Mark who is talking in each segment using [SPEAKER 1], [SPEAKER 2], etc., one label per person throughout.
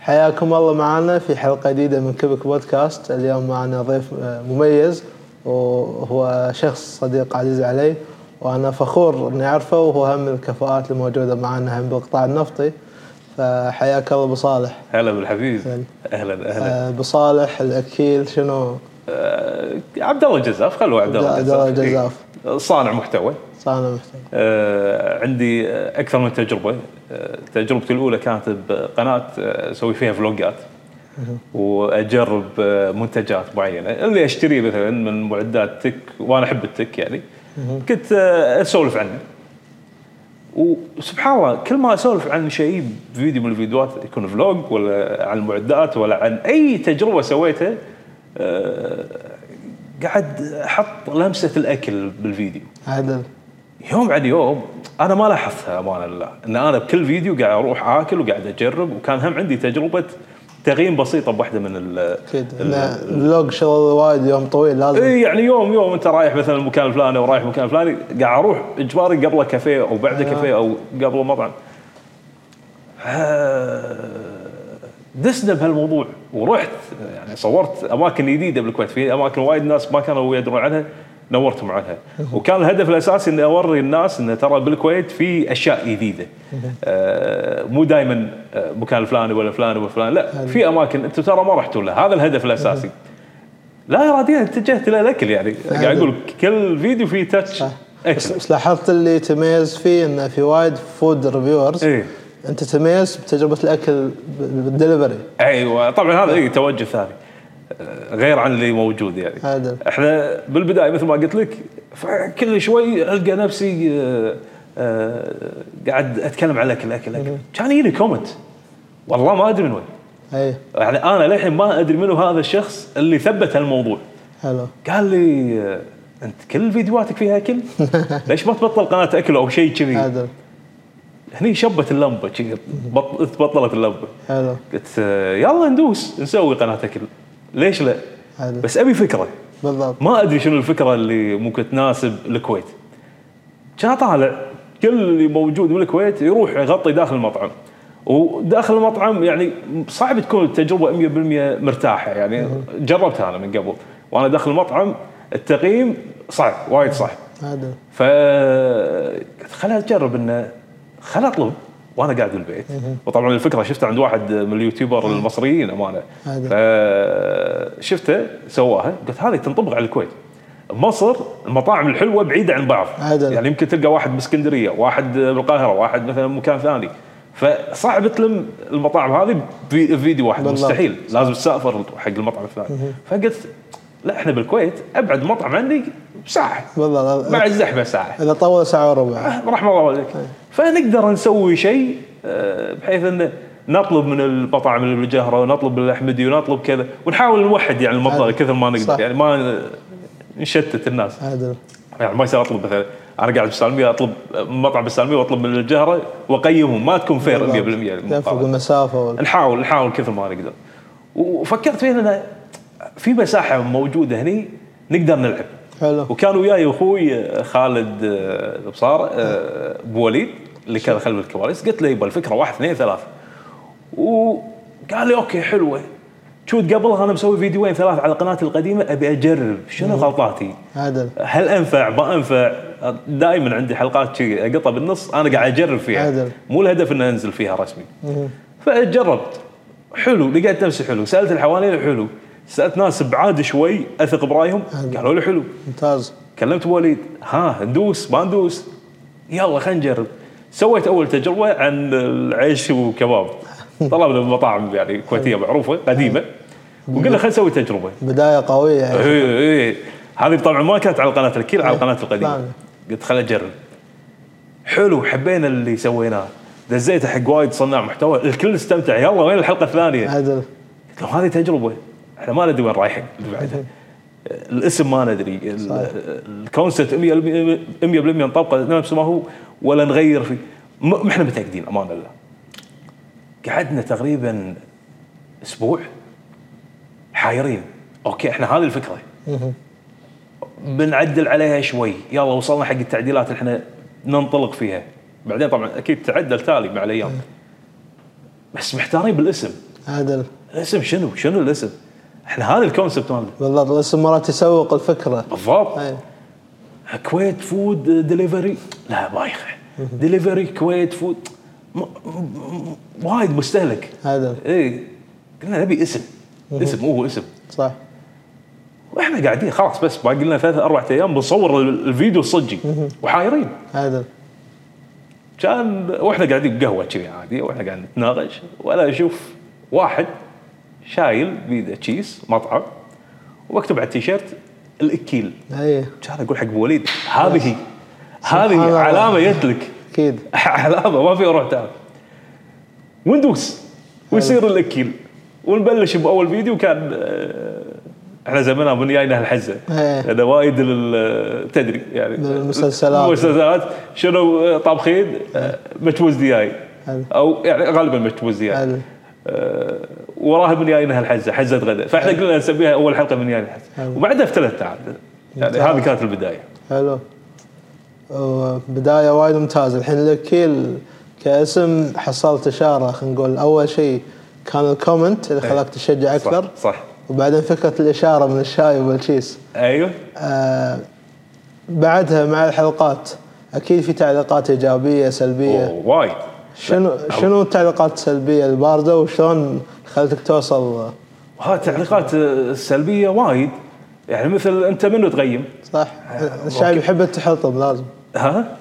[SPEAKER 1] حياكم الله معنا في حلقة جديدة من كبك بودكاست اليوم معنا ضيف آه، مميز وهو شخص صديق عزيز علي وأنا فخور أني أعرفه وهو هم الكفاءات الموجودة معنا هم بالقطاع النفطي فحياك الله أبو صالح
[SPEAKER 2] هلا بالحفيد
[SPEAKER 1] هلا.
[SPEAKER 2] اهلا اهلا
[SPEAKER 1] آه، أبو صالح الأكيل شنو
[SPEAKER 2] آه، عبد الله الجزاف خلوه عبد الله
[SPEAKER 1] عبد الله
[SPEAKER 2] الجزاف إيه. صانع محتوى
[SPEAKER 1] صانع محتوى
[SPEAKER 2] آه، عندي آه، اكثر من تجربه آه، تجربتي الاولى كانت بقناه آه، اسوي فيها فلوجات واجرب آه، منتجات معينه اللي اشتريه مثلا من معدات تك وانا احب التك يعني كنت آه، اسولف عنه وسبحان الله كل ما اسولف عن شيء بفيديو من الفيديوهات يكون فلوج ولا عن المعدات ولا عن اي تجربه سويتها آه، قاعد احط لمسه الاكل بالفيديو
[SPEAKER 1] عدل
[SPEAKER 2] يوم عن يوم انا ما لاحظتها امانه لله ان انا بكل فيديو قاعد اروح اكل وقاعد اجرب وكان هم عندي تجربه تغيير بسيطه بواحده من ال
[SPEAKER 1] أكيد إنه الفلوج شغل وايد يوم طويل لازم
[SPEAKER 2] اي يعني يوم يوم انت رايح مثلا المكان الفلاني ورايح المكان الفلاني قاعد اروح اجباري قبله كافيه او بعد كافيه او قبله مطعم آه، دسنا بهالموضوع ورحت يعني صورت اماكن جديده بالكويت في اماكن وايد ناس ما كانوا يدرون عنها نورتهم عنها وكان الهدف الاساسي اني اوري الناس ان ترى بالكويت في اشياء جديده آه، مو دائما مكان فلاني ولا فلاني ولا فلاني لا في اماكن انتم ترى ما رحتوا لها هذا الهدف الاساسي لا اراديا اتجهت الى الاكل يعني قاعد اقول كل فيديو فيه إيه. تاتش
[SPEAKER 1] صح. بس,
[SPEAKER 2] اكل
[SPEAKER 1] بس لاحظت اللي تميز فيه انه في وايد فود ريفيورز
[SPEAKER 2] إيه.
[SPEAKER 1] انت تميز بتجربه الاكل ب- بالدليفري
[SPEAKER 2] ايوه طبعا هذا اي توجه ثاني آه، غير عن اللي موجود يعني
[SPEAKER 1] عدل.
[SPEAKER 2] احنا بالبدايه مثل ما قلت لك كل شوي القى نفسي آه، آه، قاعد اتكلم على الاكل الاكل الاكل كان يجيني كومنت والله ما ادري من وين
[SPEAKER 1] اي
[SPEAKER 2] يعني انا للحين ما ادري منو هذا الشخص اللي ثبت هالموضوع
[SPEAKER 1] حلو
[SPEAKER 2] قال لي آه، انت كل فيديوهاتك فيها اكل؟ ليش ما تبطل قناه اكل او شيء كذي؟
[SPEAKER 1] عدل
[SPEAKER 2] هني شبت اللمبه شي بط- تبطلت اللمبه
[SPEAKER 1] حلو
[SPEAKER 2] قلت آه، يلا ندوس نسوي قناه اكل ليش لا؟
[SPEAKER 1] حلو.
[SPEAKER 2] بس ابي فكره
[SPEAKER 1] بالضبط
[SPEAKER 2] ما ادري شنو الفكره اللي ممكن تناسب الكويت. كان طالع كل اللي موجود بالكويت يروح يغطي داخل المطعم. وداخل المطعم يعني صعب تكون التجربه 100% مرتاحه يعني جربتها انا من قبل وانا داخل المطعم التقييم صعب وايد صعب.
[SPEAKER 1] عدل
[SPEAKER 2] ف قلت خليني اجرب انه خليني اطلب وانا قاعد بالبيت وطبعا الفكره شفتها عند واحد من اليوتيوبر المصريين امانه
[SPEAKER 1] هذا.
[SPEAKER 2] فشفته سواها قلت هذه تنطبق على الكويت مصر المطاعم الحلوه بعيده عن بعض
[SPEAKER 1] عدل.
[SPEAKER 2] يعني يمكن تلقى واحد باسكندريه واحد بالقاهره واحد مثلا مكان ثاني فصعب تلم المطاعم هذه بفيديو واحد
[SPEAKER 1] بالضبط.
[SPEAKER 2] مستحيل لازم تسافر حق المطعم الفلاني فقلت لا احنا بالكويت ابعد مطعم عني ساعه
[SPEAKER 1] بالضبط
[SPEAKER 2] مع الزحمه ساعه
[SPEAKER 1] اذا طول ساعه وربع
[SPEAKER 2] رحم الله والديك فنقدر نسوي شيء آه، بحيث ان نطلب من المطاعم اللي بالجهره ونطلب من الاحمدي ونطلب كذا ونحاول نوحد يعني المطلب
[SPEAKER 1] عادي.
[SPEAKER 2] كثر ما نقدر
[SPEAKER 1] صح.
[SPEAKER 2] يعني ما نشتت الناس
[SPEAKER 1] عدل
[SPEAKER 2] يعني ما يصير اطلب مثلا انا قاعد بالسالميه اطلب مطعم بالسالميه واطلب من الجهره واقيمهم ما تكون فير 100%
[SPEAKER 1] يفرق
[SPEAKER 2] المقابلة.
[SPEAKER 1] المسافه وال...
[SPEAKER 2] نحاول نحاول كثر ما نقدر وفكرت فيها ان في مساحه موجوده هني نقدر نلعب
[SPEAKER 1] حلو
[SPEAKER 2] وكان وياي اخوي خالد آه، البصار آه، ابو وليد اللي كان خلف الكواليس قلت له يبا الفكره واحد اثنين ثلاث وقال لي اوكي حلوه شوت قبلها انا مسوي فيديوين ثلاث على قناتي القديمه ابي اجرب شنو غلطاتي؟
[SPEAKER 1] عدل
[SPEAKER 2] هل انفع ما انفع؟ دائما عندي حلقات شي اقطها بالنص انا قاعد اجرب فيها
[SPEAKER 1] عدل.
[SPEAKER 2] مو الهدف ان انزل فيها رسمي فجربت حلو لقيت نفسي حلو سالت اللي حوالي حلو سالت ناس بعاد شوي اثق برايهم
[SPEAKER 1] عدل.
[SPEAKER 2] قالوا لي حلو
[SPEAKER 1] ممتاز
[SPEAKER 2] كلمت أبو وليد ها ندوس ما ندوس يلا خلينا نجرب سويت اول تجربه عن العيش وكباب طلبنا من مطاعم يعني كويتيه معروفه قديمه وقلنا خلينا نسوي تجربه
[SPEAKER 1] بدايه قويه يعني
[SPEAKER 2] اي اي هذه طبعا ما كانت على قناه الكيل على القناه القديمه
[SPEAKER 1] نعم.
[SPEAKER 2] قلت خليني اجرب حلو حبينا اللي سويناه دزيته حق وايد صناع محتوى الكل استمتع يلا وين الحلقه الثانيه
[SPEAKER 1] عدل
[SPEAKER 2] قلت له هذه تجربه احنا ما ندري وين رايحين اللي بعدها الاسم ما ندري ال- الكونسبت 100% 100% مطابقه نفس ما هو ولا نغير فيه م- ما احنا متاكدين امان الله قعدنا تقريبا اسبوع حايرين اوكي احنا هذه الفكره بنعدل عليها شوي يلا وصلنا حق التعديلات اللي احنا ننطلق فيها بعدين طبعا اكيد تعدل تالي مع الايام بس محتارين بالاسم
[SPEAKER 1] عدل
[SPEAKER 2] الاسم شنو؟ شنو الاسم؟ احنا هذا الكونسبت مالنا
[SPEAKER 1] بالضبط الاسم مرات يسوق الفكره
[SPEAKER 2] بالضبط
[SPEAKER 1] أي.
[SPEAKER 2] كويت فود دليفري لا بايخه دليفري كويت فود م- م- م- وايد مستهلك
[SPEAKER 1] عدل
[SPEAKER 2] اي قلنا نبي اسم اسم هو اسم
[SPEAKER 1] صح
[SPEAKER 2] واحنا قاعدين خلاص بس باقي لنا ثلاث اربع ايام بنصور ال- الفيديو الصجي وحايرين
[SPEAKER 1] عدل
[SPEAKER 2] كان واحنا قاعدين بقهوه كذي عادي واحنا قاعدين نتناقش ولا اشوف واحد شايل بيده تشيز مطعم ومكتوب على التيشيرت الاكيل
[SPEAKER 1] اي
[SPEAKER 2] كان اقول حق أبو وليد هذه هذه
[SPEAKER 1] الله.
[SPEAKER 2] علامه جت لك
[SPEAKER 1] اكيد
[SPEAKER 2] علامه ما في روح تعال وندوس ويصير الاكيل ونبلش باول فيديو كان آه، احنا زمانها من جاينا هالحزه
[SPEAKER 1] إيه.
[SPEAKER 2] هذا وايد لل- تدري يعني
[SPEAKER 1] للمسلسلات. إيه.
[SPEAKER 2] المسلسلات شنو آه، طابخين آه، مجبوز دياي
[SPEAKER 1] حلو.
[SPEAKER 2] او يعني غالبا مجبوز دياي
[SPEAKER 1] عدل
[SPEAKER 2] آه، وراها من جاينا هالحزه حزه غداء فاحنا
[SPEAKER 1] أيوه.
[SPEAKER 2] قلنا نسميها اول حلقه من جاينا الحزه
[SPEAKER 1] حلو.
[SPEAKER 2] وبعدها افتلت تعال يعني
[SPEAKER 1] ممتاز.
[SPEAKER 2] هذه كانت البدايه
[SPEAKER 1] حلو بداية وايد ممتازة الحين الوكيل كاسم حصلت إشارة خلينا نقول أول شيء كان الكومنت اللي خلاك تشجع أكثر
[SPEAKER 2] إيه. صح, صح.
[SPEAKER 1] وبعدين فكرة الإشارة من الشاي والشيس
[SPEAKER 2] ايوه
[SPEAKER 1] آه بعدها مع الحلقات أكيد في تعليقات إيجابية سلبية
[SPEAKER 2] أوه، وايد
[SPEAKER 1] شنو شنو التعليقات السلبية الباردة وشلون خلتك توصل
[SPEAKER 2] وها تعليقات آه، سلبية وايد يعني مثل انت منو تغيم؟
[SPEAKER 1] صح
[SPEAKER 2] آه،
[SPEAKER 1] الشعب يحب التحطم لازم
[SPEAKER 2] ها؟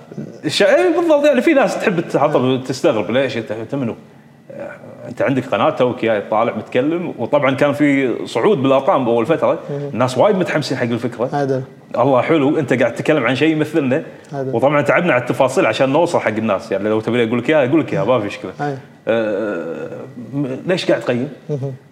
[SPEAKER 2] الشع- إيه بالضبط يعني في ناس تحب تحطب تستغرب ليش انت انت منو؟ آه، انت عندك قناه توك جاي طالع متكلم وطبعا كان في صعود بالارقام باول فتره الناس وايد متحمسين حق الفكره
[SPEAKER 1] عدل
[SPEAKER 2] الله حلو انت قاعد تتكلم عن شيء يمثلنا
[SPEAKER 1] هذا.
[SPEAKER 2] وطبعا تعبنا على التفاصيل عشان نوصل حق الناس يعني لو تبي اقول لك اياها اقول لك اياها ما في مشكله
[SPEAKER 1] أي.
[SPEAKER 2] آه، م- ليش قاعد تقيم؟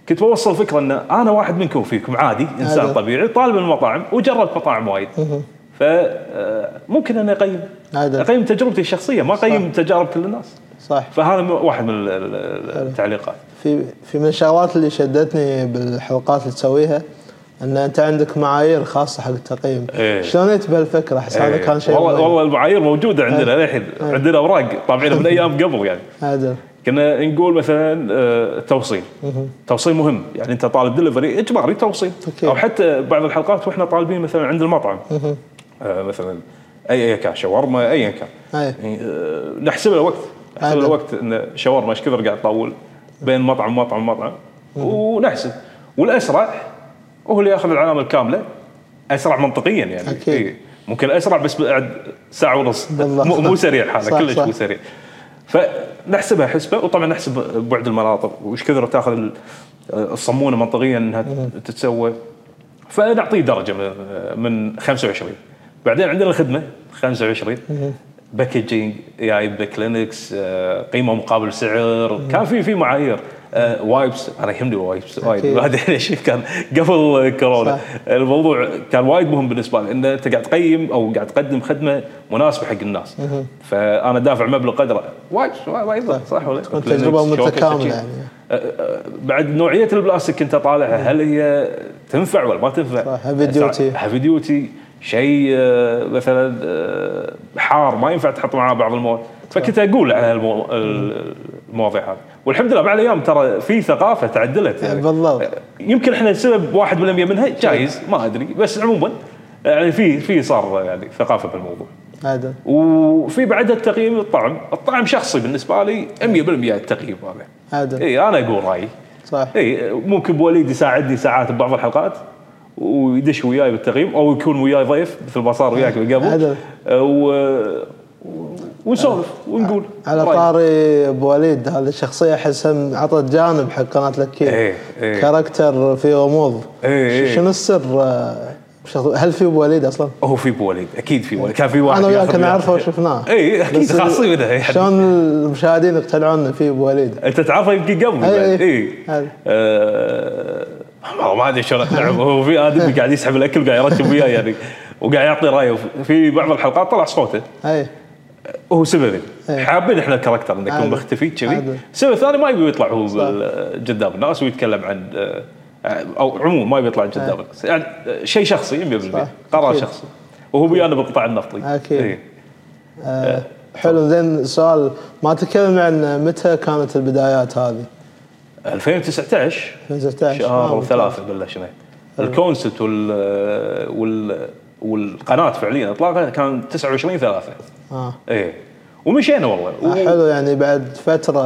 [SPEAKER 2] كنت بوصل فكره ان انا واحد منكم فيكم عادي انسان
[SPEAKER 1] هذا.
[SPEAKER 2] طبيعي طالب المطاعم وجربت مطاعم وايد آه، فممكن اني اقيم
[SPEAKER 1] هذا.
[SPEAKER 2] اقيم تجربتي الشخصيه ما اقيم تجارب كل الناس
[SPEAKER 1] صح
[SPEAKER 2] فهذا م- واحد من ال- ال- التعليقات
[SPEAKER 1] في في من الشغلات اللي شدتني بالحلقات اللي تسويها ان انت عندك معايير خاصه حق التقييم
[SPEAKER 2] إيه.
[SPEAKER 1] شلون جيت بهالفكره احس هذا كان شيء
[SPEAKER 2] والله
[SPEAKER 1] مهم.
[SPEAKER 2] والله المعايير موجوده عندنا للحين عندنا اوراق طابعينها من ايام قبل يعني
[SPEAKER 1] عدل
[SPEAKER 2] كنا نقول مثلا آه، توصيل توصيل مهم يعني انت طالب دليفري اجباري توصيل
[SPEAKER 1] أوكي.
[SPEAKER 2] او حتى بعض الحلقات واحنا طالبين مثلا عند المطعم آه، مثلا اي اي كان شاورما ايا كان
[SPEAKER 1] أي.
[SPEAKER 2] يعني، آه، نحسب له وقت نحسب له
[SPEAKER 1] عدل.
[SPEAKER 2] وقت ان شاورما ايش كثر قاعد تطول بين مطعم ومطعم ومطعم ونحسب والاسرع هو اللي ياخذ العلامه الكامله اسرع منطقيا يعني
[SPEAKER 1] أكيد.
[SPEAKER 2] إي. ممكن اسرع بس بعد ساعه ونص
[SPEAKER 1] بالله.
[SPEAKER 2] مو مو سريع حاله
[SPEAKER 1] صح،
[SPEAKER 2] كلش
[SPEAKER 1] صح.
[SPEAKER 2] مو سريع فنحسبها حسبه وطبعا نحسب بعد المناطق وش كثر تاخذ ال- الصمونه منطقيا انها تتسوى فنعطيه درجه من- من 25 بعدين عندنا الخدمه 25 باكجينج جايب كلينكس قيمه آه، مقابل سعر كان في في معايير آه، وايبس انا يهمني الوايبس وايد
[SPEAKER 1] أكيد.
[SPEAKER 2] ما ادري ليش كان قبل كورونا
[SPEAKER 1] صح.
[SPEAKER 2] الموضوع كان وايد مهم بالنسبه لي ان انت قاعد تقيم او قاعد تقدم خدمه مناسبه حق الناس فانا دافع مبلغ قدره وايد وايد صح ولا
[SPEAKER 1] تكون تجربه متكامله يعني
[SPEAKER 2] أه، أه، بعد نوعيه البلاستيك انت طالعها هل هي تنفع ولا ما تنفع؟ يعني
[SPEAKER 1] صح، هيفي ديوتي.
[SPEAKER 2] هيفي ديوتي شيء أه، مثلا أه، حار ما ينفع تحط معاه بعض المواد فكنت اقول على هالمو- ال- المواضيع هذه والحمد لله مع الايام ترى في ثقافه تعدلت يعني
[SPEAKER 1] إيه، بالضبط.
[SPEAKER 2] يمكن احنا سبب 1% منها جايز ما ادري بس عموما يعني في في صار يعني ثقافه بالموضوع
[SPEAKER 1] عدل
[SPEAKER 2] وفي بعدها التقييم الطعم الطعم شخصي بالنسبه لي 100% التقييم هذا
[SPEAKER 1] عدل
[SPEAKER 2] اي انا اقول رايي
[SPEAKER 1] صح
[SPEAKER 2] اي إيه، ممكن وليد يساعدني ساعات ببعض الحلقات ويدش وياي بالتقييم او يكون وياي ضيف مثل ما صار وياك من
[SPEAKER 1] عدل.
[SPEAKER 2] قبل أه، و- ونسولف ونقول
[SPEAKER 1] على
[SPEAKER 2] رأينا.
[SPEAKER 1] طاري ابو وليد هذه الشخصيه احس هم عطت جانب حق قناه لكيل
[SPEAKER 2] إيه، إيه.
[SPEAKER 1] كاركتر فيه غموض
[SPEAKER 2] إيه، إيه.
[SPEAKER 1] ش- شنو السر آه، شخص- هل في ابو وليد اصلا؟
[SPEAKER 2] هو في ابو وليد اكيد في وليد كان في واحد
[SPEAKER 1] انا وياك
[SPEAKER 2] ياخذ
[SPEAKER 1] كنا
[SPEAKER 2] وياي.
[SPEAKER 1] نعرفه وشفناه
[SPEAKER 2] إيه، أكيد،
[SPEAKER 1] بس
[SPEAKER 2] خاصين منها يعني.
[SPEAKER 1] شلون المشاهدين يقتنعون انه في ابو وليد؟
[SPEAKER 2] انت تعرفه يمكن قبل
[SPEAKER 1] إيه، إيه.
[SPEAKER 2] بعد. إيه.
[SPEAKER 1] هذا.
[SPEAKER 2] آه، والله ما ادري شلون اقنعه نعم، هو في ادمي قاعد يسحب الاكل قاعد يرتب وياي يعني وقاعد يعطي رايه في بعض الحلقات طلع صوته
[SPEAKER 1] اي
[SPEAKER 2] هو سببين
[SPEAKER 1] إيه.
[SPEAKER 2] حابين احنا الكاركتر انه يكون
[SPEAKER 1] عادي.
[SPEAKER 2] مختفي
[SPEAKER 1] عادي.
[SPEAKER 2] كذي السبب الثاني ما يبي يطلع هو بال- قدام الناس ويتكلم عن آه، او عموما ما يبي يطلع قدام الناس يعني آه، شيء شخصي 100%
[SPEAKER 1] إيه. صح.
[SPEAKER 2] قرار
[SPEAKER 1] أكيد.
[SPEAKER 2] شخصي وهو ويانا بالقطاع النفطي
[SPEAKER 1] أكيد.
[SPEAKER 2] إيه.
[SPEAKER 1] آه حلو زين سؤال ما تكلم عن متى كانت البدايات هذه؟
[SPEAKER 2] 2019
[SPEAKER 1] 2019
[SPEAKER 2] شهر
[SPEAKER 1] آه،
[SPEAKER 2] ثلاثة بلشنا
[SPEAKER 1] أيوه.
[SPEAKER 2] الكونسبت وال وال والقناه فعليا اطلاقها كان 29 3
[SPEAKER 1] اه
[SPEAKER 2] ايه ومشينا والله
[SPEAKER 1] آه،
[SPEAKER 2] و...
[SPEAKER 1] حلو يعني بعد فتره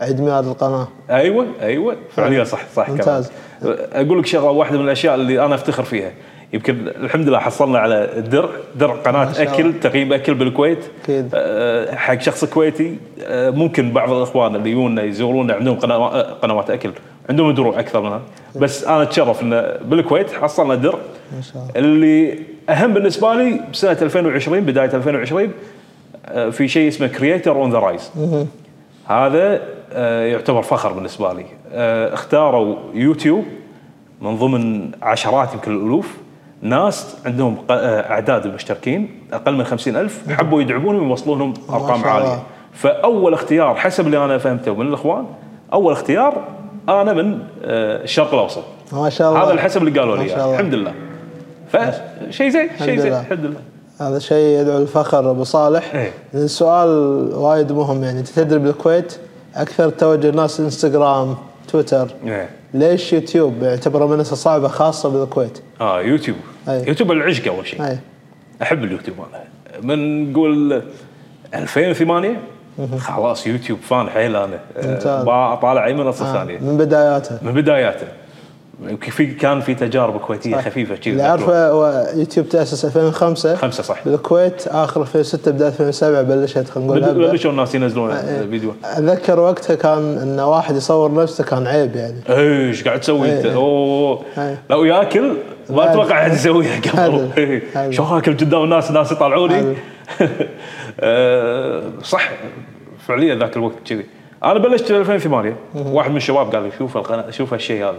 [SPEAKER 1] عيد ميلاد القناه
[SPEAKER 2] ايوه ايوه فعليا صح صح
[SPEAKER 1] ممتاز.
[SPEAKER 2] كلامك. اقول لك شغله واحده من الاشياء اللي انا افتخر فيها يمكن الحمد لله حصلنا على الدرع درع قناه
[SPEAKER 1] ما شاء الله.
[SPEAKER 2] اكل تقييم اكل بالكويت
[SPEAKER 1] أكيد.
[SPEAKER 2] آه، حق شخص كويتي آه، ممكن بعض الاخوان اللي يجونا يزورونا عندهم قنوات آه، قنوات اكل عندهم دروع اكثر منها بس انا اتشرف ان بالكويت حصلنا درع
[SPEAKER 1] ما شاء الله
[SPEAKER 2] اللي اهم بالنسبه لي بسنه 2020 بدايه 2020 آه، في شيء اسمه كرييتر اون ذا رايز هذا آه، يعتبر فخر بالنسبه لي آه، اختاروا يوتيوب من ضمن عشرات يمكن الالوف ناس عندهم ق- آه، اعداد المشتركين اقل من خمسين ألف حبوا يدعمونهم ويوصلونهم ارقام
[SPEAKER 1] نعم. شاء الله.
[SPEAKER 2] عاليه فاول اختيار حسب اللي انا فهمته من الاخوان اول اختيار انا من آه، الشرق الاوسط
[SPEAKER 1] ما شاء الله
[SPEAKER 2] هذا الحسب اللي قالوا لي
[SPEAKER 1] ما شاء
[SPEAKER 2] إياه.
[SPEAKER 1] الله.
[SPEAKER 2] الحمد لله فشيء زين شيء
[SPEAKER 1] الحمد
[SPEAKER 2] زين
[SPEAKER 1] لله.
[SPEAKER 2] الحمد لله
[SPEAKER 1] هذا شيء يدعو للفخر ابو صالح
[SPEAKER 2] إيه.
[SPEAKER 1] السؤال وايد مهم يعني انت تدري بالكويت اكثر توجه الناس انستغرام تويتر
[SPEAKER 2] إيه.
[SPEAKER 1] ليش يوتيوب يعتبره منصه صعبه خاصه بالكويت؟
[SPEAKER 2] اه يوتيوب
[SPEAKER 1] أي.
[SPEAKER 2] يوتيوب العشق اول شيء
[SPEAKER 1] اي
[SPEAKER 2] احب اليوتيوب انا من نقول 2008 خلاص يوتيوب فان حيل انا
[SPEAKER 1] ممتاز.
[SPEAKER 2] آه، بطالع اي منصه ثانيه
[SPEAKER 1] من بداياته
[SPEAKER 2] من بداياته يمكن في كان في تجارب كويتيه
[SPEAKER 1] صح.
[SPEAKER 2] خفيفه كذي
[SPEAKER 1] اللي اعرفه هو يوتيوب تاسس 2005
[SPEAKER 2] خمسه صح
[SPEAKER 1] بالكويت اخر 2006 بدايه 2007 بلشت خلينا نقول هبة.
[SPEAKER 2] بلشوا الناس ينزلون
[SPEAKER 1] إيه.
[SPEAKER 2] فيديو
[SPEAKER 1] اتذكر وقتها كان ان واحد يصور نفسه كان عيب يعني
[SPEAKER 2] ايش قاعد تسوي انت
[SPEAKER 1] إيه.
[SPEAKER 2] اوه
[SPEAKER 1] إيه.
[SPEAKER 2] لو ياكل ما
[SPEAKER 1] هذا.
[SPEAKER 2] اتوقع أحد يسويها قبل
[SPEAKER 1] هذا.
[SPEAKER 2] إيه.
[SPEAKER 1] هذا.
[SPEAKER 2] شو هاكل قدام الناس الناس يطالعوني
[SPEAKER 1] هذا.
[SPEAKER 2] آه، صح فعليا ذاك الوقت كذي انا بلشت في 2008 واحد من الشباب قال لي شوف القناه شوف هالشيء هذا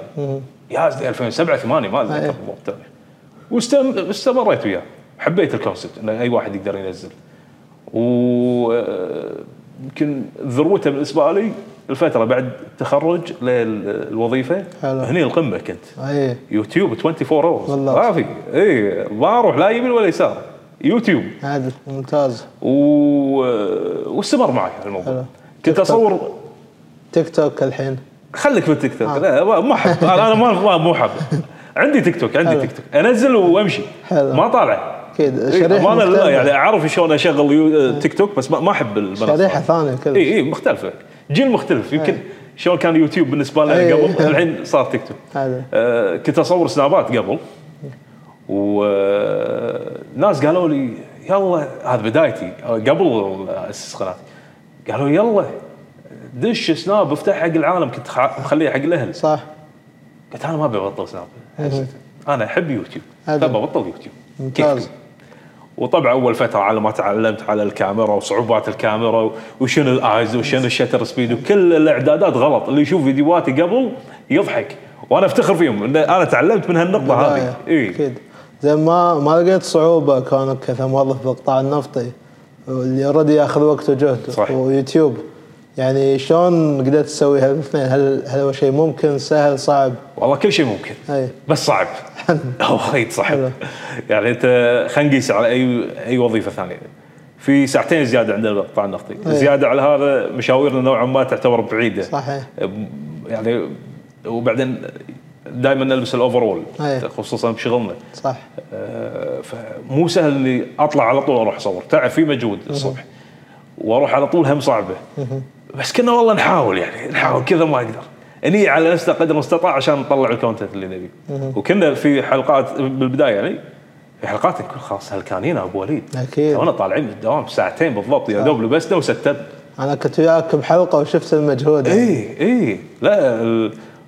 [SPEAKER 2] يا 2007 8 ما اتذكر
[SPEAKER 1] إيه.
[SPEAKER 2] بالضبط أنا. واستم- واستمريت وياه حبيت الكونسبت ان اي واحد يقدر ينزل و آه، يمكن ذروته بالنسبه لي الفتره بعد التخرج للوظيفه
[SPEAKER 1] حلو.
[SPEAKER 2] هني القمه كنت
[SPEAKER 1] اي
[SPEAKER 2] يوتيوب 24 اورز
[SPEAKER 1] والله.
[SPEAKER 2] ما في اي ما اروح لا يمين ولا يسار يوتيوب
[SPEAKER 1] عادل ممتاز
[SPEAKER 2] و... واستمر معي الموضوع
[SPEAKER 1] حلو.
[SPEAKER 2] كنت
[SPEAKER 1] تيك توك.
[SPEAKER 2] اصور
[SPEAKER 1] تيك توك الحين
[SPEAKER 2] خليك في التيك
[SPEAKER 1] آه.
[SPEAKER 2] توك لا ما- ما احب انا ما ما- مو احب عندي تيك توك عندي
[SPEAKER 1] حلو.
[SPEAKER 2] تيك توك انزل وامشي
[SPEAKER 1] حلو.
[SPEAKER 2] ما طالع
[SPEAKER 1] اكيد
[SPEAKER 2] إيه،
[SPEAKER 1] شريحه
[SPEAKER 2] امانه
[SPEAKER 1] مختلفة.
[SPEAKER 2] لا يعني اعرف شلون اشغل
[SPEAKER 1] آه.
[SPEAKER 2] يو- تيك توك بس ما, ما احب المنصه
[SPEAKER 1] شريحه ثانيه كذا
[SPEAKER 2] اي اي مختلفه إيه، جيل مختلف يمكن شلون كان يوتيوب بالنسبه لنا
[SPEAKER 1] إي.
[SPEAKER 2] قبل الحين صار تيك توك
[SPEAKER 1] هذا
[SPEAKER 2] آه، كنت اصور سنابات قبل وناس قالوا لي يلا هذا بدايتي آه، قبل اسس قناتي قالوا لي يلا دش سناب افتح حق العالم كنت خ- مخليه حق الاهل
[SPEAKER 1] صح
[SPEAKER 2] قلت انا ما ابي ابطل سناب انا احب يوتيوب
[SPEAKER 1] هذا.
[SPEAKER 2] تبى ابطل يوتيوب
[SPEAKER 1] ممتاز.
[SPEAKER 2] كيف؟ وطبعا اول فتره على ما تعلمت على الكاميرا وصعوبات الكاميرا وشنو الايز وشنو الشتر سبيد وكل الاعدادات غلط اللي يشوف فيديوهاتي قبل يضحك وانا افتخر فيهم إن انا تعلمت من هالنقطه هذه إيه.
[SPEAKER 1] بداية.
[SPEAKER 2] اي
[SPEAKER 1] اكيد زين ما ما لقيت صعوبه كونك كموظف بالقطاع النفطي اللي اوريدي ياخذ وقت وجهد
[SPEAKER 2] صح.
[SPEAKER 1] ويوتيوب يعني شلون قدرت تسوي هالاثنين؟ هل هل هو شيء ممكن سهل صعب؟ إيه.
[SPEAKER 2] والله كل شيء ممكن
[SPEAKER 1] اي
[SPEAKER 2] بس صعب هو وايد صعب
[SPEAKER 1] حلو.
[SPEAKER 2] يعني انت خلينا نقيس على اي اي وظيفه ثانيه في ساعتين زياده عند القطاع النفطي
[SPEAKER 1] إيه.
[SPEAKER 2] زياده على هذا مشاويرنا نوعا ما تعتبر بعيده
[SPEAKER 1] صحيح
[SPEAKER 2] يعني وبعدين دائما نلبس الاوفرول
[SPEAKER 1] أي.
[SPEAKER 2] خصوصا بشغلنا
[SPEAKER 1] صح
[SPEAKER 2] آه، فمو سهل اني اطلع على طول اروح اصور تعب في مجهود الصبح واروح على طول هم صعبه بس كنا والله نحاول يعني نحاول كذا ما اقدر اني على نفسنا قدر المستطاع عشان نطلع الكونتنت اللي نبيه وكنا في حلقات بالبدايه يعني في حلقات نقول خلاص هلكانين يا ابو وليد
[SPEAKER 1] أكيد.
[SPEAKER 2] تونا طالعين من الدوام ساعتين بالضبط يا دوب لبسنا وستت
[SPEAKER 1] انا كنت وياك بحلقه وشفت المجهود يعني.
[SPEAKER 2] اي اي إيه، لا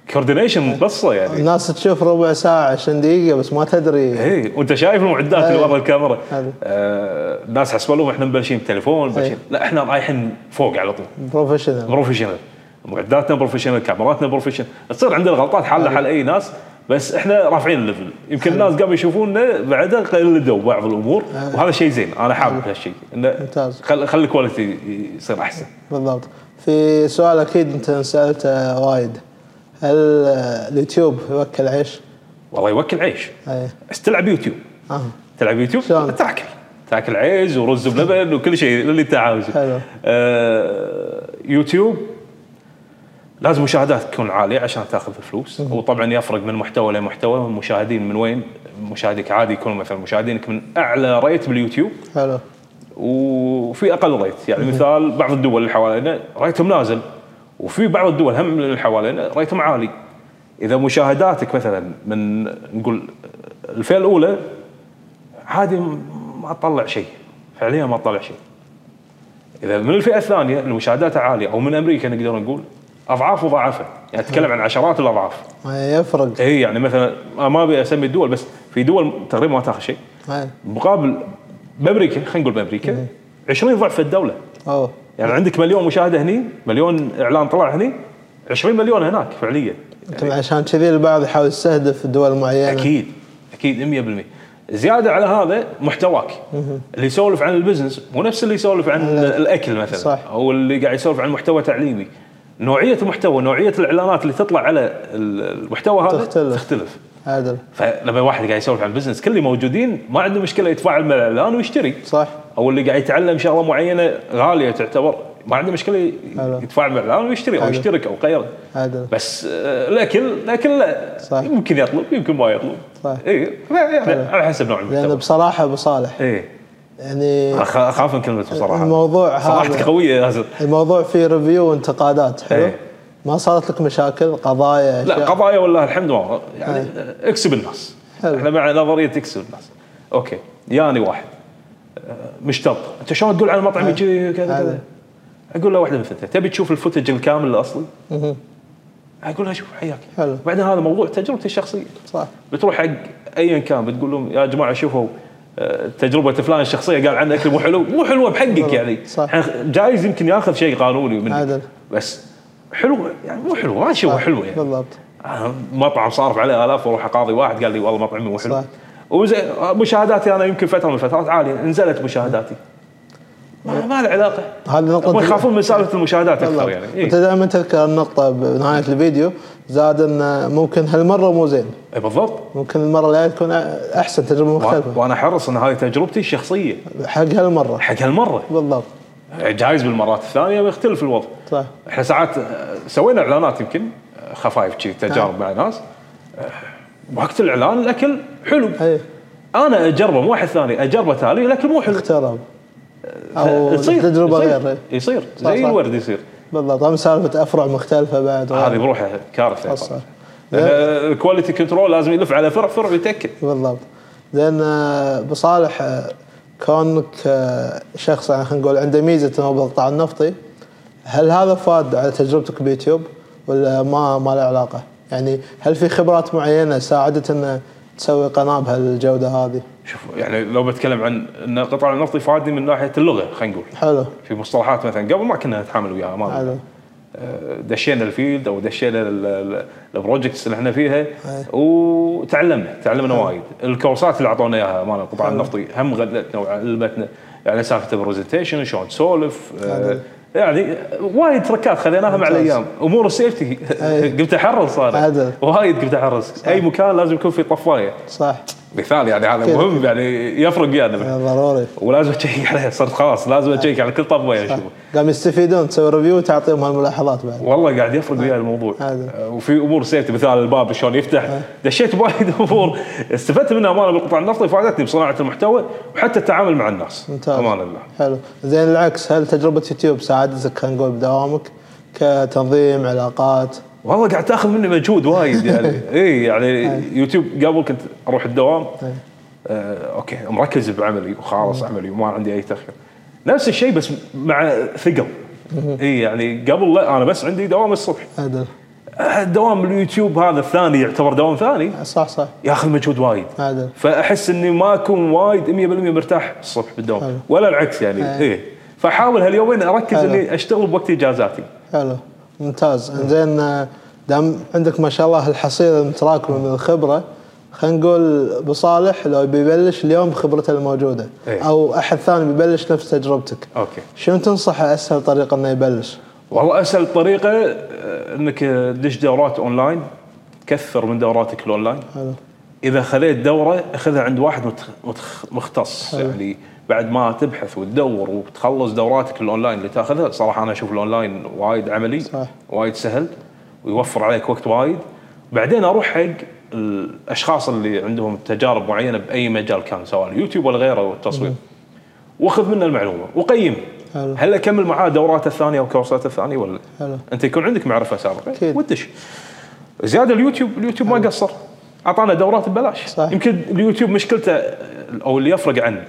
[SPEAKER 2] الكوردينيشن قصه يعني
[SPEAKER 1] الناس تشوف ربع ساعه 20 دقيقه بس ما تدري
[SPEAKER 2] اي وانت إيه، شايف المعدات اللي
[SPEAKER 1] إيه.
[SPEAKER 2] ورا الكاميرا
[SPEAKER 1] هذا.
[SPEAKER 2] آه، الناس حسبوا لهم احنا مبلشين بتليفون
[SPEAKER 1] إيه.
[SPEAKER 2] مبلشين لا احنا رايحين فوق على طول
[SPEAKER 1] بروفيشنال
[SPEAKER 2] بروفيشنال معداتنا بروفيشنال كاميراتنا بروفيشنال تصير عندنا غلطات حالنا
[SPEAKER 1] إيه.
[SPEAKER 2] حال اي ناس بس احنا رافعين الليفل يمكن الناس قاموا يشوفونا بعدها قلدوا بعض الامور وهذا شيء زين انا حابب هالشيء انه
[SPEAKER 1] إيه. ممتاز.
[SPEAKER 2] خل خلي الكواليتي يصير احسن
[SPEAKER 1] بالضبط في سؤال اكيد انت سالته وايد هل آه، اليوتيوب يوكل عيش؟
[SPEAKER 2] والله يوكل عيش
[SPEAKER 1] اي
[SPEAKER 2] استلعب يوتيوب
[SPEAKER 1] آه.
[SPEAKER 2] تلعب يوتيوب
[SPEAKER 1] شلون؟
[SPEAKER 2] تاكل تاكل عيش ورز بلبن وكل شيء اللي انت عاوزه
[SPEAKER 1] حلو.
[SPEAKER 2] آه يوتيوب لازم مشاهدات تكون عاليه عشان تاخذ فلوس وطبعا يفرق من محتوى لمحتوى المشاهدين من وين مشاهدك عادي يكون مثلا مشاهدينك من اعلى ريت باليوتيوب
[SPEAKER 1] حلو
[SPEAKER 2] وفي اقل ريت يعني مثال بعض الدول اللي حوالينا ريتهم نازل وفي بعض الدول هم اللي حوالينا ريتهم عالي اذا مشاهداتك مثلا من نقول الفئه الاولى عادي ما تطلع شيء فعليا ما تطلع شيء اذا من الفئه الثانيه اللي مشاهداتها عاليه او من امريكا نقدر نقول اضعاف وضعفه يعني اتكلم عن عشرات الاضعاف
[SPEAKER 1] ما آه، يفرق
[SPEAKER 2] اي يعني مثلا ما ابي اسمي الدول بس في دول تقريبا ما تاخذ شيء
[SPEAKER 1] أي.
[SPEAKER 2] مقابل بامريكا خلينا نقول
[SPEAKER 1] إيه.
[SPEAKER 2] بامريكا 20 ضعف الدوله
[SPEAKER 1] اوه
[SPEAKER 2] يعني عندك مليون مشاهده هني مليون اعلان طلع هني 20 مليون هناك فعليا
[SPEAKER 1] يمكن عشان كذي البعض يحاول يستهدف دول معينه
[SPEAKER 2] اكيد اكيد 100% زياده على هذا محتواك اللي يسولف عن البزنس مو نفس اللي يسولف عن الاكل مثلا
[SPEAKER 1] صح.
[SPEAKER 2] او اللي قاعد يسولف عن محتوى تعليمي نوعيه المحتوى نوعيه الاعلانات اللي تطلع على ال- المحتوى هذا
[SPEAKER 1] تختلف.
[SPEAKER 2] تختلف
[SPEAKER 1] عادل
[SPEAKER 2] فلما واحد قاعد يسولف عن البزنس كل اللي موجودين ما عنده مشكله يتفاعل مع الاعلان ويشتري
[SPEAKER 1] صح
[SPEAKER 2] او اللي قاعد يتعلم شغله معينه غاليه تعتبر ما عنده مشكله
[SPEAKER 1] حلو.
[SPEAKER 2] يتفاعل مع الاعلان ويشتري او
[SPEAKER 1] حلو.
[SPEAKER 2] يشترك او غيره
[SPEAKER 1] عادل
[SPEAKER 2] بس آه، الاكل الاكل لا
[SPEAKER 1] صح.
[SPEAKER 2] يمكن يطلب يمكن ما يطلب
[SPEAKER 1] صح.
[SPEAKER 2] اي يعني على حسب نوع
[SPEAKER 1] لان
[SPEAKER 2] المحتوى
[SPEAKER 1] بصراحه ابو صالح
[SPEAKER 2] اي
[SPEAKER 1] يعني
[SPEAKER 2] أخ- اخاف من كلمته صراحه
[SPEAKER 1] الموضوع
[SPEAKER 2] صراحتك
[SPEAKER 1] هذا.
[SPEAKER 2] قويه يا ياسر
[SPEAKER 1] الموضوع فيه ريفيو وانتقادات حلو
[SPEAKER 2] إيه.
[SPEAKER 1] ما صارت لك مشاكل قضايا
[SPEAKER 2] لا
[SPEAKER 1] أشياء؟
[SPEAKER 2] قضايا والله الحمد لله يعني آه، اكسب الناس
[SPEAKER 1] حلو.
[SPEAKER 2] احنا مع نظريه اكسب الناس اوكي ياني واحد آه، مشتط انت شلون تقول على مطعمي كذا
[SPEAKER 1] حلو.
[SPEAKER 2] كذا اقول له واحده من الثنتين تبي تشوف الفوتج الكامل الاصلي
[SPEAKER 1] مهم.
[SPEAKER 2] اقول لها شوف حياك
[SPEAKER 1] حلو.
[SPEAKER 2] بعدين هذا موضوع تجربتي الشخصيه
[SPEAKER 1] صح
[SPEAKER 2] بتروح حق ايا كان بتقول لهم يا جماعه شوفوا آه، تجربه فلان الشخصيه قال عنه اكل مو حلو مو حلوه بحقك يعني
[SPEAKER 1] صح.
[SPEAKER 2] إحنا جايز يمكن ياخذ شيء قانوني منك
[SPEAKER 1] عدل.
[SPEAKER 2] بس حلوه يعني مو حلوه ما اشوفها حلوه يعني
[SPEAKER 1] بالضبط
[SPEAKER 2] أنا مطعم صارف عليه الاف واروح قاضي واحد قال لي والله مطعمي مو حلو
[SPEAKER 1] صح.
[SPEAKER 2] وزي مشاهداتي انا يمكن فتره من الفترات عاليه نزلت مشاهداتي ما, ما له علاقه
[SPEAKER 1] هذه نقطة
[SPEAKER 2] هم يخافون من سالفه المشاهدات اكثر
[SPEAKER 1] بالضبط.
[SPEAKER 2] يعني
[SPEAKER 1] انت
[SPEAKER 2] إيه.
[SPEAKER 1] دائما تذكر النقطة بنهاية الفيديو زاد انه ممكن هالمرة مو زين
[SPEAKER 2] إيه بالضبط
[SPEAKER 1] ممكن المرة الجاية تكون احسن تجربة
[SPEAKER 2] و-
[SPEAKER 1] مختلفة
[SPEAKER 2] وانا حرص ان هذه تجربتي الشخصيه
[SPEAKER 1] حق هالمرة
[SPEAKER 2] حق هالمره
[SPEAKER 1] بالضبط
[SPEAKER 2] جايز بالمرات الثانيه يختلف الوضع
[SPEAKER 1] صح
[SPEAKER 2] احنا ساعات آه، سوينا اعلانات يمكن آه، خفايف
[SPEAKER 1] نعم.
[SPEAKER 2] شي تجارب مع ناس آه، وقت الاعلان الاكل حلو
[SPEAKER 1] اي
[SPEAKER 2] انا اجربه مو واحد ثاني اجربه تالي الاكل مو حلو أه، آه،
[SPEAKER 1] اخترب او تجربة
[SPEAKER 2] يصير
[SPEAKER 1] غير إيه.
[SPEAKER 2] يصير
[SPEAKER 1] صح،
[SPEAKER 2] زي
[SPEAKER 1] صح.
[SPEAKER 2] الورد يصير
[SPEAKER 1] بالضبط هم سالفة افرع مختلفة بعد
[SPEAKER 2] هذه
[SPEAKER 1] وغيره.
[SPEAKER 2] بروحها كارثه
[SPEAKER 1] صح. إيه.
[SPEAKER 2] طبعاً. لأن الكواليتي كنترول لازم يلف على فرع فرع ويتاكد
[SPEAKER 1] بالضبط لان آه، ابو صالح آه، كونك آه، شخص يعني خلينا نقول عنده ميزه انه هو بالقطاع النفطي هل هذا فاد على تجربتك بيوتيوب ولا ما ما له علاقه؟ يعني هل في خبرات معينه ساعدت انه تسوي قناه بهالجوده هذه؟
[SPEAKER 2] شوف يعني لو بتكلم عن ان القطاع النفطي فادني من ناحيه اللغه خلينا نقول
[SPEAKER 1] حلو
[SPEAKER 2] في مصطلحات مثلا قبل ما كنا نتعامل وياها ما
[SPEAKER 1] حلو
[SPEAKER 2] آه، دشينا الفيلد او دشينا ال- ال- البروجكتس اللي احنا فيها
[SPEAKER 1] إيه.
[SPEAKER 2] وتعلمنا تعلمنا وايد الكورسات اللي اعطونا اياها مال القطاع
[SPEAKER 1] إيه.
[SPEAKER 2] النفطي هم غذتنا وعلمتنا يعني سالفه البرزنتيشن شلون تسولف آه،
[SPEAKER 1] حلو.
[SPEAKER 2] يعني وايد تركات خذيناها مع
[SPEAKER 1] ممتاز. إيه.
[SPEAKER 2] الايام امور السيفتي
[SPEAKER 1] أي.
[SPEAKER 2] قمت احرص انا
[SPEAKER 1] عدل.
[SPEAKER 2] وايد قمت احرص
[SPEAKER 1] إيه.
[SPEAKER 2] اي مكان لازم يكون فيه طفايه
[SPEAKER 1] صح
[SPEAKER 2] مثال يعني هذا
[SPEAKER 1] أكيد.
[SPEAKER 2] مهم يعني يفرق ويانا
[SPEAKER 1] آه، ضروري
[SPEAKER 2] ولازم اشيك عليها صرت خلاص لازم اشيك على كل طفايه
[SPEAKER 1] إيه. صح.
[SPEAKER 2] اشوفها
[SPEAKER 1] قام يستفيدون تسوي ريفيو وتعطيهم هالملاحظات بعد
[SPEAKER 2] والله قاعد يفرق ويا الموضوع
[SPEAKER 1] عادي.
[SPEAKER 2] آه، وفي امور سيفتي مثال الباب شلون يفتح دشيت وايد امور استفدت منها امانه بالقطاع النفطي فادتني بصناعه المحتوى وحتى التعامل مع الناس
[SPEAKER 1] ممتاز.
[SPEAKER 2] امان الله
[SPEAKER 1] حلو زين العكس هل تجربه يوتيوب ساعدتك خلينا نقول بدوامك كتنظيم علاقات
[SPEAKER 2] والله قاعد تاخذ مني مجهود وايد يعني اي يعني يوتيوب قبل كنت اروح الدوام
[SPEAKER 1] إيه.
[SPEAKER 2] آه اوكي مركز بعملي وخالص عملي وما عندي اي تاخير نفس الشيء بس مع ثقل اي يعني قبل لا انا بس عندي دوام الصبح
[SPEAKER 1] عدل
[SPEAKER 2] آه، دوام اليوتيوب هذا الثاني يعتبر دوام ثاني
[SPEAKER 1] صح صح
[SPEAKER 2] ياخذ مجهود وايد
[SPEAKER 1] عدل
[SPEAKER 2] فاحس اني ما اكون وايد 100% مرتاح الصبح
[SPEAKER 1] حلو.
[SPEAKER 2] بالدوام ولا العكس يعني ايه فاحاول هاليومين اركز
[SPEAKER 1] حلو.
[SPEAKER 2] اني اشتغل بوقت اجازاتي
[SPEAKER 1] حلو ممتاز زين آه، دام عندك ما شاء الله الحصيله متراكمه من الخبره خلينا نقول ابو صالح لو بيبلش اليوم بخبرته الموجوده
[SPEAKER 2] إيه.
[SPEAKER 1] او احد ثاني بيبلش نفس تجربتك
[SPEAKER 2] اوكي
[SPEAKER 1] شنو تنصحه اسهل طريقه انه يبلش؟
[SPEAKER 2] والله اسهل طريقه آه، انك تدش دورات اونلاين كثر من دوراتك الاونلاين
[SPEAKER 1] حلو
[SPEAKER 2] اذا خليت دوره اخذها عند واحد متخ... متخ... مختص يعني بعد ما تبحث وتدور وتخلص دوراتك الاونلاين اللي تاخذها صراحه انا اشوف الاونلاين وايد عملي
[SPEAKER 1] صح.
[SPEAKER 2] وايد سهل ويوفر عليك وقت وايد بعدين اروح حق الاشخاص اللي عندهم تجارب معينه باي مجال كان سواء اليوتيوب ولا غيره والتصوير واخذ منه المعلومه وقيم
[SPEAKER 1] حلو.
[SPEAKER 2] هل اكمل معاه دوراته الثانيه او كورساته الثانيه ولا
[SPEAKER 1] حلو.
[SPEAKER 2] انت يكون عندك معرفه سابقه
[SPEAKER 1] أكيد.
[SPEAKER 2] وتدش زياده اليوتيوب اليوتيوب ما قصر اعطانا دورات ببلاش
[SPEAKER 1] صح.
[SPEAKER 2] يمكن اليوتيوب مشكلته او اللي يفرق عنه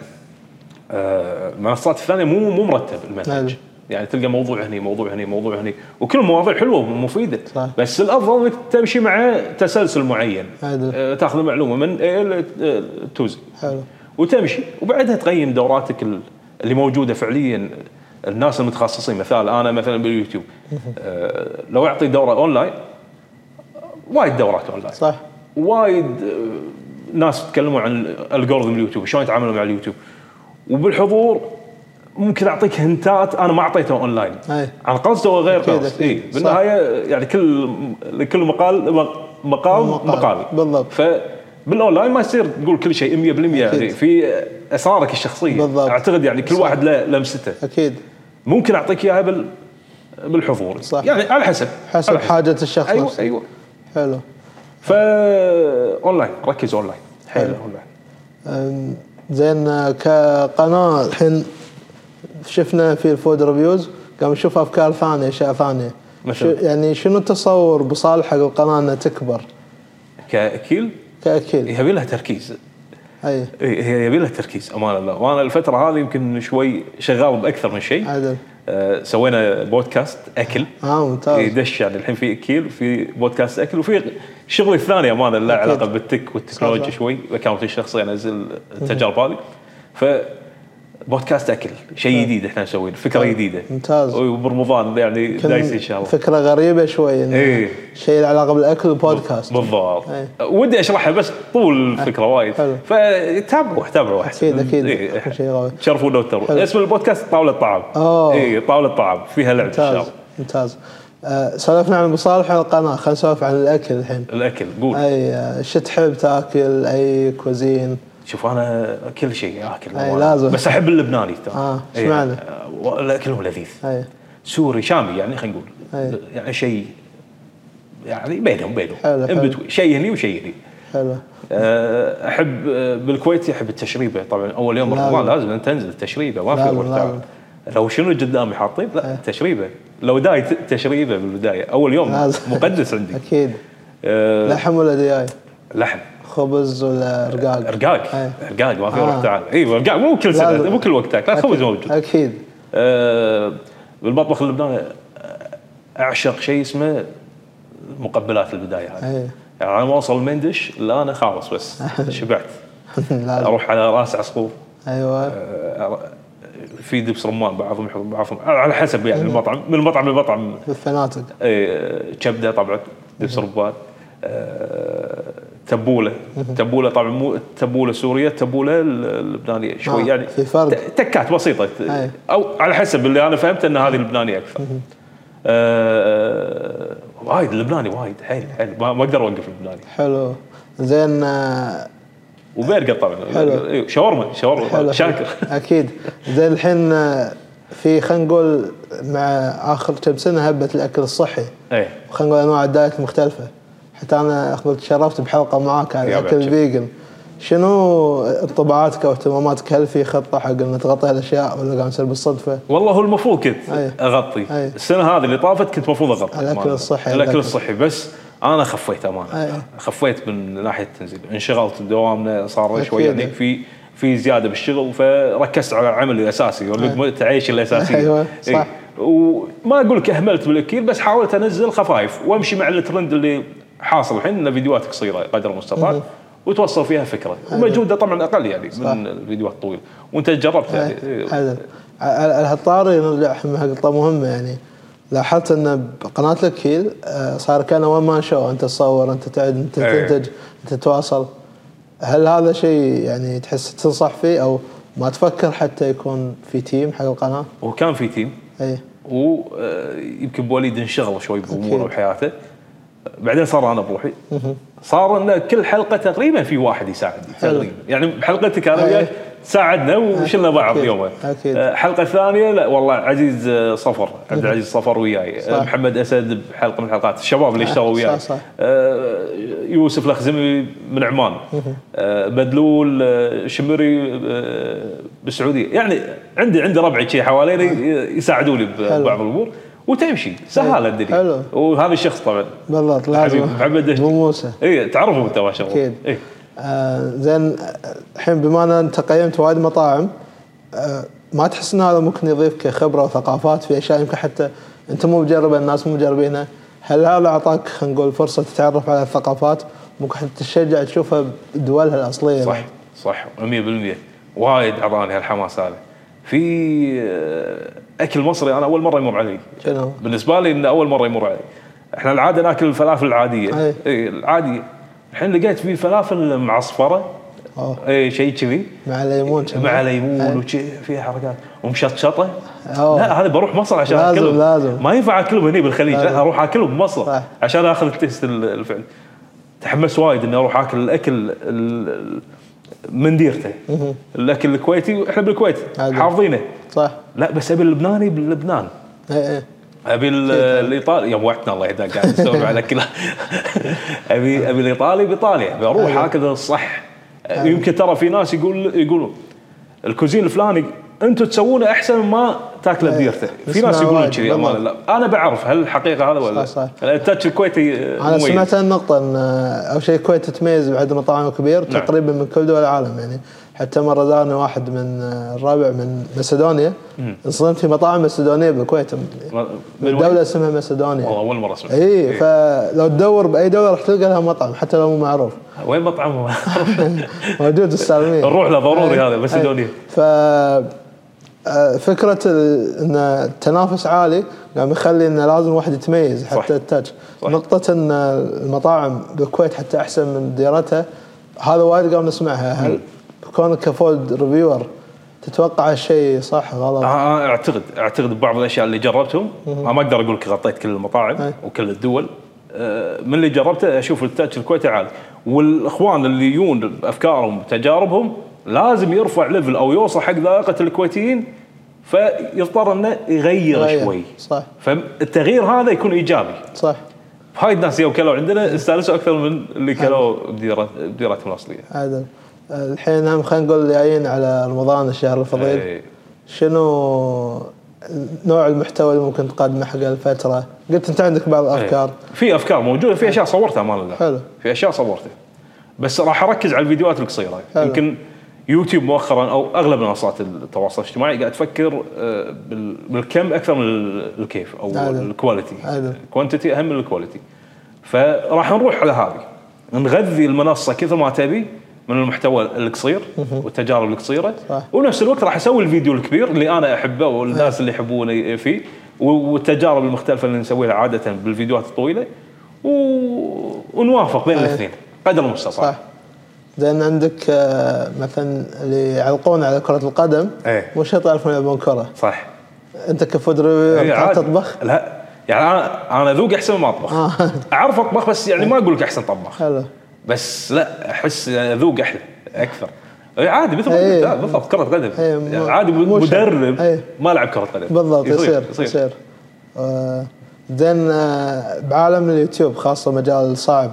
[SPEAKER 2] آه، المنصات الثانيه مو مو مرتب المنهج
[SPEAKER 1] حلو.
[SPEAKER 2] يعني تلقى موضوع هني موضوع هني موضوع هني وكل مواضيع حلوه ومفيده
[SPEAKER 1] صح.
[SPEAKER 2] بس الافضل انك تمشي مع تسلسل معين
[SPEAKER 1] عدل.
[SPEAKER 2] آه، تاخذ المعلومه من A ل توزي
[SPEAKER 1] حلو
[SPEAKER 2] وتمشي وبعدها تقيم دوراتك ال- اللي موجوده فعليا الناس المتخصصين مثال انا مثلا باليوتيوب آه، لو اعطي دوره اونلاين وايد دورات اونلاين
[SPEAKER 1] صح
[SPEAKER 2] وايد آه، ناس تكلموا عن الالجوريثم اليوتيوب شلون يتعاملوا مع اليوتيوب وبالحضور ممكن اعطيك هنتات انا ما اعطيتها اونلاين
[SPEAKER 1] أي.
[SPEAKER 2] عن قصد او غير
[SPEAKER 1] أكيد،
[SPEAKER 2] قصد
[SPEAKER 1] أكيد.
[SPEAKER 2] إيه.
[SPEAKER 1] صح.
[SPEAKER 2] بالنهايه يعني كل لكل مقال مقام
[SPEAKER 1] مقال.
[SPEAKER 2] مقال
[SPEAKER 1] بالضبط.
[SPEAKER 2] فبالاونلاين ما يصير تقول كل شيء 100% يعني
[SPEAKER 1] أكيد.
[SPEAKER 2] في اسرارك الشخصيه
[SPEAKER 1] بالضبط.
[SPEAKER 2] اعتقد يعني كل
[SPEAKER 1] صح.
[SPEAKER 2] واحد له لمسته
[SPEAKER 1] اكيد
[SPEAKER 2] ممكن اعطيك اياها بال بالحضور
[SPEAKER 1] صح.
[SPEAKER 2] يعني على حسب
[SPEAKER 1] حسب
[SPEAKER 2] على
[SPEAKER 1] حاجه الشخص
[SPEAKER 2] ايوه
[SPEAKER 1] نفسه.
[SPEAKER 2] ايوه
[SPEAKER 1] حلو
[SPEAKER 2] فا اونلاين ركز اونلاين حلو
[SPEAKER 1] حلو.
[SPEAKER 2] اونلاين
[SPEAKER 1] أم، زين آه، كقناه الحين شفنا في الفود ريفيوز قام نشوف افكار ثانيه اشياء ثانيه
[SPEAKER 2] مثل؟
[SPEAKER 1] شو- يعني شنو التصور بصالح حق القناه انها تكبر
[SPEAKER 2] كاكيل
[SPEAKER 1] كاكيد
[SPEAKER 2] يبي لها تركيز
[SPEAKER 1] اي
[SPEAKER 2] إيه، هي يبي لها تركيز امانه الله وانا الفتره هذه يمكن شوي شغال باكثر من شيء
[SPEAKER 1] عدل
[SPEAKER 2] آه، سوينا بودكاست اكل
[SPEAKER 1] اه ممتاز
[SPEAKER 2] يدش يعني الحين في اكيل وفي بودكاست اكل وفي شغلي الثاني امانه له
[SPEAKER 1] أكيد.
[SPEAKER 2] علاقه بالتك والتكنولوجيا
[SPEAKER 1] صح.
[SPEAKER 2] شوي اكونتي الشخصي انزل التجارب هذه ف بودكاست اكل شيء جديد احنا مسوينه فكره جديده
[SPEAKER 1] ممتاز.
[SPEAKER 2] وبرمضان يعني دايس ان شاء الله
[SPEAKER 1] فكره غريبه شوي انه
[SPEAKER 2] إيه.
[SPEAKER 1] شيء له علاقه بالاكل بودكاست
[SPEAKER 2] بالضبط
[SPEAKER 1] أي.
[SPEAKER 2] ودي اشرحها بس طول الفكره وايد
[SPEAKER 1] إيه. حلو.
[SPEAKER 2] فتابعوا تابعوا
[SPEAKER 1] اكيد اكيد
[SPEAKER 2] إيه.
[SPEAKER 1] شيء غريب
[SPEAKER 2] شرفونا
[SPEAKER 1] حلو.
[SPEAKER 2] وتروا اسم البودكاست طاوله طعام
[SPEAKER 1] أوه.
[SPEAKER 2] اي طاوله طعام فيها لعب ان شاء
[SPEAKER 1] ممتاز
[SPEAKER 2] الله
[SPEAKER 1] ممتاز آه، سولفنا عن مصالح القناه خلينا نسولف عن الاكل الحين
[SPEAKER 2] الاكل قول
[SPEAKER 1] اي آه، شو تحب تاكل اي كوزين
[SPEAKER 2] شوف انا كل شيء اكل
[SPEAKER 1] أي، لازم.
[SPEAKER 2] بس احب اللبناني ترى
[SPEAKER 1] آه، إيش
[SPEAKER 2] إي،
[SPEAKER 1] معنى؟
[SPEAKER 2] آه، ولا اكلهم لذيذ
[SPEAKER 1] اي
[SPEAKER 2] سوري شامي يعني خلينا
[SPEAKER 1] أي.
[SPEAKER 2] نقول يعني شيء يعني بينهم بينهم
[SPEAKER 1] حلو،
[SPEAKER 2] in
[SPEAKER 1] حلو.
[SPEAKER 2] between. شيء هني وشيء هني
[SPEAKER 1] حلو
[SPEAKER 2] آه، احب آه، بالكويت احب التشريبه طبعا اول يوم
[SPEAKER 1] لازم.
[SPEAKER 2] رمضان لازم أنت تنزل تشريبه ما في
[SPEAKER 1] لازم،
[SPEAKER 2] ورد تعب.
[SPEAKER 1] لازم.
[SPEAKER 2] لو شنو قدامي حاطين
[SPEAKER 1] إيه.
[SPEAKER 2] لا تشريبه لو داي ت- تشريبه بالبدايه اول يوم
[SPEAKER 1] لازم.
[SPEAKER 2] مقدس عندي
[SPEAKER 1] اكيد
[SPEAKER 2] آه،
[SPEAKER 1] لحم ولا دياي
[SPEAKER 2] لحم
[SPEAKER 1] خبز ولا رقاق
[SPEAKER 2] رقاق
[SPEAKER 1] إيه.
[SPEAKER 2] رقاق ما في
[SPEAKER 1] آه.
[SPEAKER 2] ورد تعال ايوه رقاق مو كل سنه
[SPEAKER 1] لازم.
[SPEAKER 2] مو كل وقت تاكل الخبز
[SPEAKER 1] أكيد.
[SPEAKER 2] موجود
[SPEAKER 1] اكيد
[SPEAKER 2] آه، بالمطبخ اللبناني اعشق شيء اسمه مقبلات البدايه هذه
[SPEAKER 1] أي.
[SPEAKER 2] يعني انا ما اوصل المندش الا انا خالص بس شبعت
[SPEAKER 1] لازم
[SPEAKER 2] اروح على راس عصفور
[SPEAKER 1] ايوه
[SPEAKER 2] آه، في دبس رمان بعضهم يحط بعضهم على حسب يعني المطعم من المطعم للمطعم
[SPEAKER 1] بالفنادق
[SPEAKER 2] إيه، كبده طبعا دبس رمان آه، تبوله تبوله طبعا مو التبوله سوريه التبوله اللبنانيه شوي
[SPEAKER 1] آه،
[SPEAKER 2] يعني
[SPEAKER 1] في فرق.
[SPEAKER 2] ت- تكات بسيطه
[SPEAKER 1] أي.
[SPEAKER 2] او على حسب اللي انا فهمت ان هذه اللبنانيه اكثر آه، وايد اللبناني وايد حيل حيل ما ما اقدر اوقف اللبناني
[SPEAKER 1] حلو زين آه،
[SPEAKER 2] وبرجر
[SPEAKER 1] حلو.
[SPEAKER 2] طبعا إيه، شاورما شاورما طبعاً.
[SPEAKER 1] حلو
[SPEAKER 2] شاكر
[SPEAKER 1] اكيد زين الحين آه، في خلينا نقول مع اخر كم سنه هبه الاكل الصحي
[SPEAKER 2] ايه
[SPEAKER 1] خلينا نقول انواع الدايت مختلفه حتى انا اخبرك تشرفت بحلقه معاك عن
[SPEAKER 2] يا
[SPEAKER 1] الاكل
[SPEAKER 2] بعد.
[SPEAKER 1] الفيجن شنو انطباعاتك او اهتماماتك هل في خطه حق ان تغطي هالاشياء ولا قاعد تصير بالصدفه؟
[SPEAKER 2] والله هو المفروض كنت
[SPEAKER 1] أي.
[SPEAKER 2] اغطي
[SPEAKER 1] أي.
[SPEAKER 2] السنه هذه اللي طافت كنت المفروض اغطي
[SPEAKER 1] الأكل
[SPEAKER 2] أمانة.
[SPEAKER 1] الصحي.
[SPEAKER 2] الاكل
[SPEAKER 1] الأكل.
[SPEAKER 2] الصحي بس انا خفيت
[SPEAKER 1] أي.
[SPEAKER 2] امانه خفيت من ناحيه التنزيل انشغلت بدوامنا صار
[SPEAKER 1] أكيد.
[SPEAKER 2] شوي يعني في في زياده بالشغل فركزت على عملي الاساسي ولقمه عيشي الاساسيه
[SPEAKER 1] أيوة،
[SPEAKER 2] إي.
[SPEAKER 1] صح.
[SPEAKER 2] إيه. وما اقول لك اهملت بالاكيل بس حاولت انزل خفايف وامشي مع الترند اللي حاصل الحين ان فيديوهات قصيره قدر المستطاع
[SPEAKER 1] أمم.
[SPEAKER 2] وتوصل فيها فكره
[SPEAKER 1] أيوة.
[SPEAKER 2] ومجهودها طبعا اقل يعني من الفيديوهات الطويله وانت جربت
[SPEAKER 1] طيب،
[SPEAKER 2] يعني إي.
[SPEAKER 1] هذا على على هالطاري نرجع حق نقطه مهمه يعني لاحظت ان بقناه الاكيل آه، صار كان وين ما شو انت تصور انت تعد انت
[SPEAKER 2] إيه.
[SPEAKER 1] تنتج انت تتواصل هل هذا شيء يعني تحس تنصح فيه او ما تفكر حتى يكون في تيم حق إيه. القناه؟
[SPEAKER 2] وكان في تيم
[SPEAKER 1] اي
[SPEAKER 2] ويمكن بوليد آه، انشغل شوي باموره
[SPEAKER 1] أكيد.
[SPEAKER 2] وحياته بعدين صار انا بروحي صار ان كل حلقه تقريبا في واحد يساعدني
[SPEAKER 1] حلو.
[SPEAKER 2] تقريبا يعني بحلقتك انا
[SPEAKER 1] أي.
[SPEAKER 2] وياك ساعدنا وشلنا بعض
[SPEAKER 1] أكيد.
[SPEAKER 2] يومها
[SPEAKER 1] أكيد.
[SPEAKER 2] الحلقه الثانيه لا والله عزيز آه، صفر عبد العزيز صفر وياي
[SPEAKER 1] صح.
[SPEAKER 2] آه، محمد اسد بحلقه من الحلقات الشباب اللي اشتغلوا
[SPEAKER 1] صح،
[SPEAKER 2] وياي
[SPEAKER 1] صح.
[SPEAKER 2] آه، يوسف الخزمي من عمان آه، بدلول آه، شمري آه، بالسعوديه يعني عندي عندي ربعي شي حواليني يساعدوني
[SPEAKER 1] حلو.
[SPEAKER 2] ببعض الامور وتمشي سهاله الدنيا
[SPEAKER 1] حلو.
[SPEAKER 2] وهذا الشخص طبعا
[SPEAKER 1] بالضبط لازم
[SPEAKER 2] حبيبي، محمد دهشتي.
[SPEAKER 1] ابو موسى
[SPEAKER 2] اي تعرفوا انت ما شاء الله
[SPEAKER 1] أكيد.
[SPEAKER 2] إيه.
[SPEAKER 1] آه، زين آه، الحين بما ان انت قيمت وايد مطاعم آه، ما تحس ان هذا ممكن يضيف كخبره وثقافات في اشياء يمكن حتى انت مو مجربه الناس مو مجربينها هل هذا اعطاك خلينا نقول فرصه تتعرف على الثقافات ممكن حتى تشجع تشوفها بدولها الاصليه
[SPEAKER 2] صح صح 100% وايد اعطاني هالحماس هذا في آه، اكل مصري انا اول مره يمر علي
[SPEAKER 1] شنو؟
[SPEAKER 2] بالنسبه لي انه اول مره يمر علي احنا العاده ناكل الفلافل العاديه
[SPEAKER 1] أي.
[SPEAKER 2] اي العاديه الحين لقيت في فلافل معصفره
[SPEAKER 1] أوه.
[SPEAKER 2] اي شيء كذي
[SPEAKER 1] مع ليمون شنو؟
[SPEAKER 2] مع ليمون وشي فيها حركات ومشطشطه
[SPEAKER 1] إيه. أوه.
[SPEAKER 2] لا هذا بروح مصر عشان
[SPEAKER 1] لازم-
[SPEAKER 2] اكلهم
[SPEAKER 1] لازم.
[SPEAKER 2] ما ينفع اكلهم هني بالخليج
[SPEAKER 1] لازم.
[SPEAKER 2] لا اروح اكلهم بمصر
[SPEAKER 1] صح.
[SPEAKER 2] عشان اخذ التيست ال- الفعلي تحمس وايد اني اروح اكل الاكل ال- ال- من ديرته الاكل الكويتي احنا بالكويت
[SPEAKER 1] عادي.
[SPEAKER 2] حافظينه
[SPEAKER 1] صح إيه،
[SPEAKER 2] لا بس ابي اللبناني بلبنان
[SPEAKER 1] اي اي
[SPEAKER 2] ابي ال- الايطالي يا وعدنا الله يهداك قاعد تسولف على كل ابي ابي الايطالي بايطاليا بروح
[SPEAKER 1] أيوة.
[SPEAKER 2] هكذا الصح يمكن ترى في ناس يقول يقولون الكوزين الفلاني انتم تسوونه احسن ما تاكله
[SPEAKER 1] أيوة.
[SPEAKER 2] بديرته في
[SPEAKER 1] اسمع
[SPEAKER 2] ناس يقولون
[SPEAKER 1] وايد،
[SPEAKER 2] كذي امانه لا انا بعرف هل الحقيقه هذا ولا
[SPEAKER 1] صح،
[SPEAKER 2] لا؟ التاتش الكويتي آه،
[SPEAKER 1] انا
[SPEAKER 2] مميز.
[SPEAKER 1] سمعت النقطة ان آه، اول شيء الكويت تتميز بعد مطاعم كبير
[SPEAKER 2] نعم.
[SPEAKER 1] تقريبا من كل دول العالم يعني حتى مرة زارني واحد من آه، الربع من مسدونيا انصدمت في مطاعم مسدونية بالكويت
[SPEAKER 2] من وين؟
[SPEAKER 1] دولة إيه. اسمها مسدونيا
[SPEAKER 2] والله إيه. اول مره اسمع
[SPEAKER 1] اي فلو تدور باي دولة راح تلقى لها مطعم حتى لو مو معروف
[SPEAKER 2] وين مطعمهم؟
[SPEAKER 1] موجود السالمية
[SPEAKER 2] نروح له ضروري هذا بس
[SPEAKER 1] مسدونيا
[SPEAKER 2] يدوني
[SPEAKER 1] ف آه، فكرة ال- ان التنافس عالي قام يخلي انه لازم واحد يتميز
[SPEAKER 2] صح.
[SPEAKER 1] حتى التاتش
[SPEAKER 2] صح.
[SPEAKER 1] نقطة ان المطاعم بالكويت حتى احسن من ديرتها هذا وايد قام نسمعها هل كونك كفود ريفيور تتوقع هالشيء صح غلط
[SPEAKER 2] انا اعتقد اعتقد ببعض الاشياء اللي جربتهم انا ما اقدر اقول لك غطيت كل المطاعم
[SPEAKER 1] أي.
[SPEAKER 2] وكل الدول آه، من اللي جربته اشوف التاتش الكويتي عالي والاخوان اللي يجون بافكارهم وتجاربهم لازم يرفع ليفل او يوصل حق ذائقه الكويتيين فيضطر انه يغير
[SPEAKER 1] غير.
[SPEAKER 2] شوي
[SPEAKER 1] صح
[SPEAKER 2] فالتغيير هذا يكون ايجابي
[SPEAKER 1] صح
[SPEAKER 2] هاي الناس يوم كلوا عندنا استانسوا اكثر من اللي كلوا بديرة- بديرتهم الاصليه
[SPEAKER 1] عدل آه، الحين هم خلينا نقول جايين على رمضان الشهر الفضيل
[SPEAKER 2] إيه.
[SPEAKER 1] شنو نوع المحتوى اللي ممكن تقدمه حق الفترة قلت انت عندك بعض الافكار
[SPEAKER 2] إيه. في افكار موجوده في اشياء صورتها امان الله
[SPEAKER 1] حلو.
[SPEAKER 2] في اشياء صورتها بس راح اركز على الفيديوهات القصيره
[SPEAKER 1] حلو.
[SPEAKER 2] يمكن يوتيوب مؤخرا او اغلب منصات التواصل الاجتماعي قاعد تفكر آه، بال- بالكم اكثر من ال- الكيف او
[SPEAKER 1] حلو.
[SPEAKER 2] الكواليتي
[SPEAKER 1] حلو.
[SPEAKER 2] الكوانتيتي اهم من الكواليتي فراح نروح على هذه نغذي المنصه كثر ما تبي من المحتوى القصير والتجارب القصيره
[SPEAKER 1] صح.
[SPEAKER 2] ونفس الوقت راح اسوي الفيديو الكبير اللي انا احبه والناس اللي يحبوني فيه و- والتجارب المختلفه اللي نسويها عاده بالفيديوهات الطويله و... ونوافق بين
[SPEAKER 1] أي.
[SPEAKER 2] الاثنين قدر المستطاع
[SPEAKER 1] صح لان عندك آه، مثلا اللي يعلقون على كرة القدم
[SPEAKER 2] إيه.
[SPEAKER 1] مو شرط يعرفون يلعبون كرة
[SPEAKER 2] صح
[SPEAKER 1] انت كفود
[SPEAKER 2] إيه،
[SPEAKER 1] ريفيور
[SPEAKER 2] عادي.
[SPEAKER 1] تطبخ
[SPEAKER 2] لا يعني انا انا ذوقي احسن ما اطبخ
[SPEAKER 1] آه. إيه.
[SPEAKER 2] اعرف اطبخ بس يعني ما اقول لك احسن طباخ
[SPEAKER 1] حلو
[SPEAKER 2] بس لا يعني احس ذوق احلى اكثر إيه، عادي مثل ما
[SPEAKER 1] إيه.
[SPEAKER 2] قلت، لا، بالضبط كره قدم
[SPEAKER 1] إيه، مو-
[SPEAKER 2] يعني عادي
[SPEAKER 1] مو شرط.
[SPEAKER 2] مدرب
[SPEAKER 1] إيه.
[SPEAKER 2] ما لعب كره قدم
[SPEAKER 1] بالضبط يصير يصير آه، زين آه، بعالم اليوتيوب خاصة مجال صعب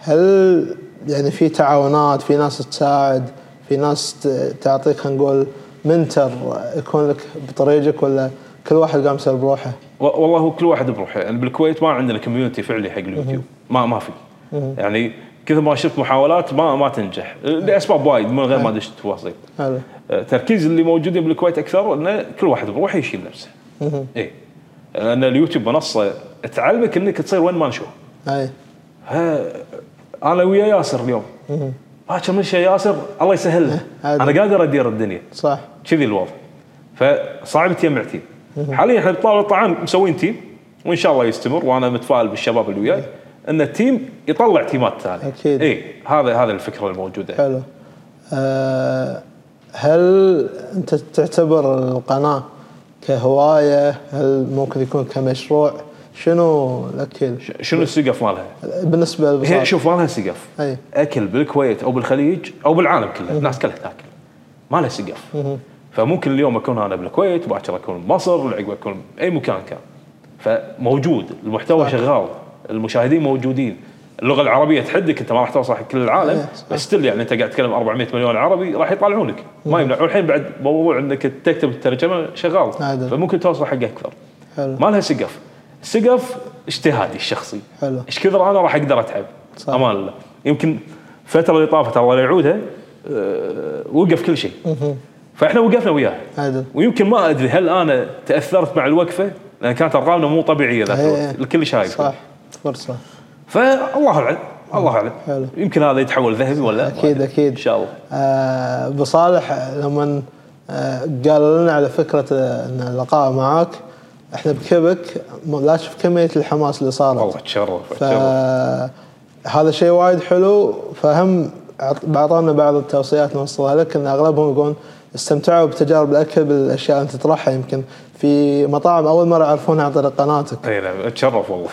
[SPEAKER 1] هل يعني في تعاونات في ناس تساعد في ناس ت- تعطيك خلينا نقول منتر يكون لك بطريقك ولا كل واحد قام يسوي بروحه
[SPEAKER 2] و- والله هو كل واحد بروحه يعني بالكويت ما عندنا كوميونتي فعلي حق اليوتيوب ما ما في يعني كثر ما شفت محاولات ما ما تنجح لاسباب وايد من غير ما ادش تفاصيل
[SPEAKER 1] حلو
[SPEAKER 2] التركيز اللي موجودين بالكويت اكثر انه كل واحد بروحه يشيل نفسه اي لان اليوتيوب منصه تعلمك انك تصير وين ما نشوف
[SPEAKER 1] اي
[SPEAKER 2] ها انا ويا ياسر اليوم باكر من شي ياسر الله يسهل له
[SPEAKER 1] عادي.
[SPEAKER 2] انا قادر ادير الدنيا
[SPEAKER 1] صح
[SPEAKER 2] كذي الوضع فصعب تجمع تيم حاليا احنا بطاوله الطعام مسوين تيم وان شاء الله يستمر وانا متفائل بالشباب اللي وياي ان التيم يطلع تيمات ثانيه
[SPEAKER 1] أكيد.
[SPEAKER 2] اي هذا هذا الفكره الموجوده
[SPEAKER 1] حلو أه هل انت تعتبر القناه كهوايه هل ممكن يكون كمشروع شنو الاكل
[SPEAKER 2] ش- شنو السقف مالها؟
[SPEAKER 1] بالنسبه
[SPEAKER 2] هي
[SPEAKER 1] للبصارة
[SPEAKER 2] شوف ما لها سقف
[SPEAKER 1] أي.
[SPEAKER 2] اكل بالكويت او بالخليج او بالعالم كله الناس كلها تاكل ما له سقف فممكن اليوم اكون انا بالكويت باكر اكون بمصر العقب اكون باي مكان كان فموجود المحتوى
[SPEAKER 1] صح.
[SPEAKER 2] شغال المشاهدين موجودين اللغه العربيه تحدك انت ما راح توصل حق كل العالم
[SPEAKER 1] إيه، صح.
[SPEAKER 2] بس ستيل يعني انت قاعد تتكلم 400 مليون عربي راح يطالعونك ما يمنع والحين بعد موضوع انك تكتب الترجمه شغال
[SPEAKER 1] عدل.
[SPEAKER 2] فممكن توصل حق اكثر
[SPEAKER 1] حلو
[SPEAKER 2] ما لها سقف سقف اجتهادي الشخصي
[SPEAKER 1] حلو
[SPEAKER 2] ايش كثر انا راح اقدر اتعب
[SPEAKER 1] صح.
[SPEAKER 2] امان الله يمكن الفتره اللي طافت الله لا يعودها أه وقف كل شيء
[SPEAKER 1] مهم.
[SPEAKER 2] فاحنا وقفنا وياه
[SPEAKER 1] عدل
[SPEAKER 2] ويمكن ما ادري هل انا تاثرت مع الوقفه لان كانت ارقامنا مو طبيعيه ذاك
[SPEAKER 1] إيه.
[SPEAKER 2] الوقت الكل شايف
[SPEAKER 1] صح فرصه
[SPEAKER 2] فالله اعلم الله اعلم
[SPEAKER 1] حلو.
[SPEAKER 2] يمكن هذا يتحول ذهبي ولا ما
[SPEAKER 1] أكيد،
[SPEAKER 2] أدري.
[SPEAKER 1] أكيد.
[SPEAKER 2] ان طيب. شاء الله
[SPEAKER 1] آه، ابو صالح لما آه، قالوا لنا على فكره آه، ان اللقاء معاك احنا بكبك م- لا تشوف كميه الحماس اللي
[SPEAKER 2] والله
[SPEAKER 1] صارت
[SPEAKER 2] تشرف تشرف.
[SPEAKER 1] فهذا شيء وايد حلو فهم عط- اعطانا بعض التوصيات اللي نوصلها لك ان اغلبهم يقولون استمتعوا بتجارب الاكل بالاشياء اللي أنت تطرحها يمكن في مطاعم اول مره يعرفونها عن طريق قناتك
[SPEAKER 2] اي نعم اتشرف والله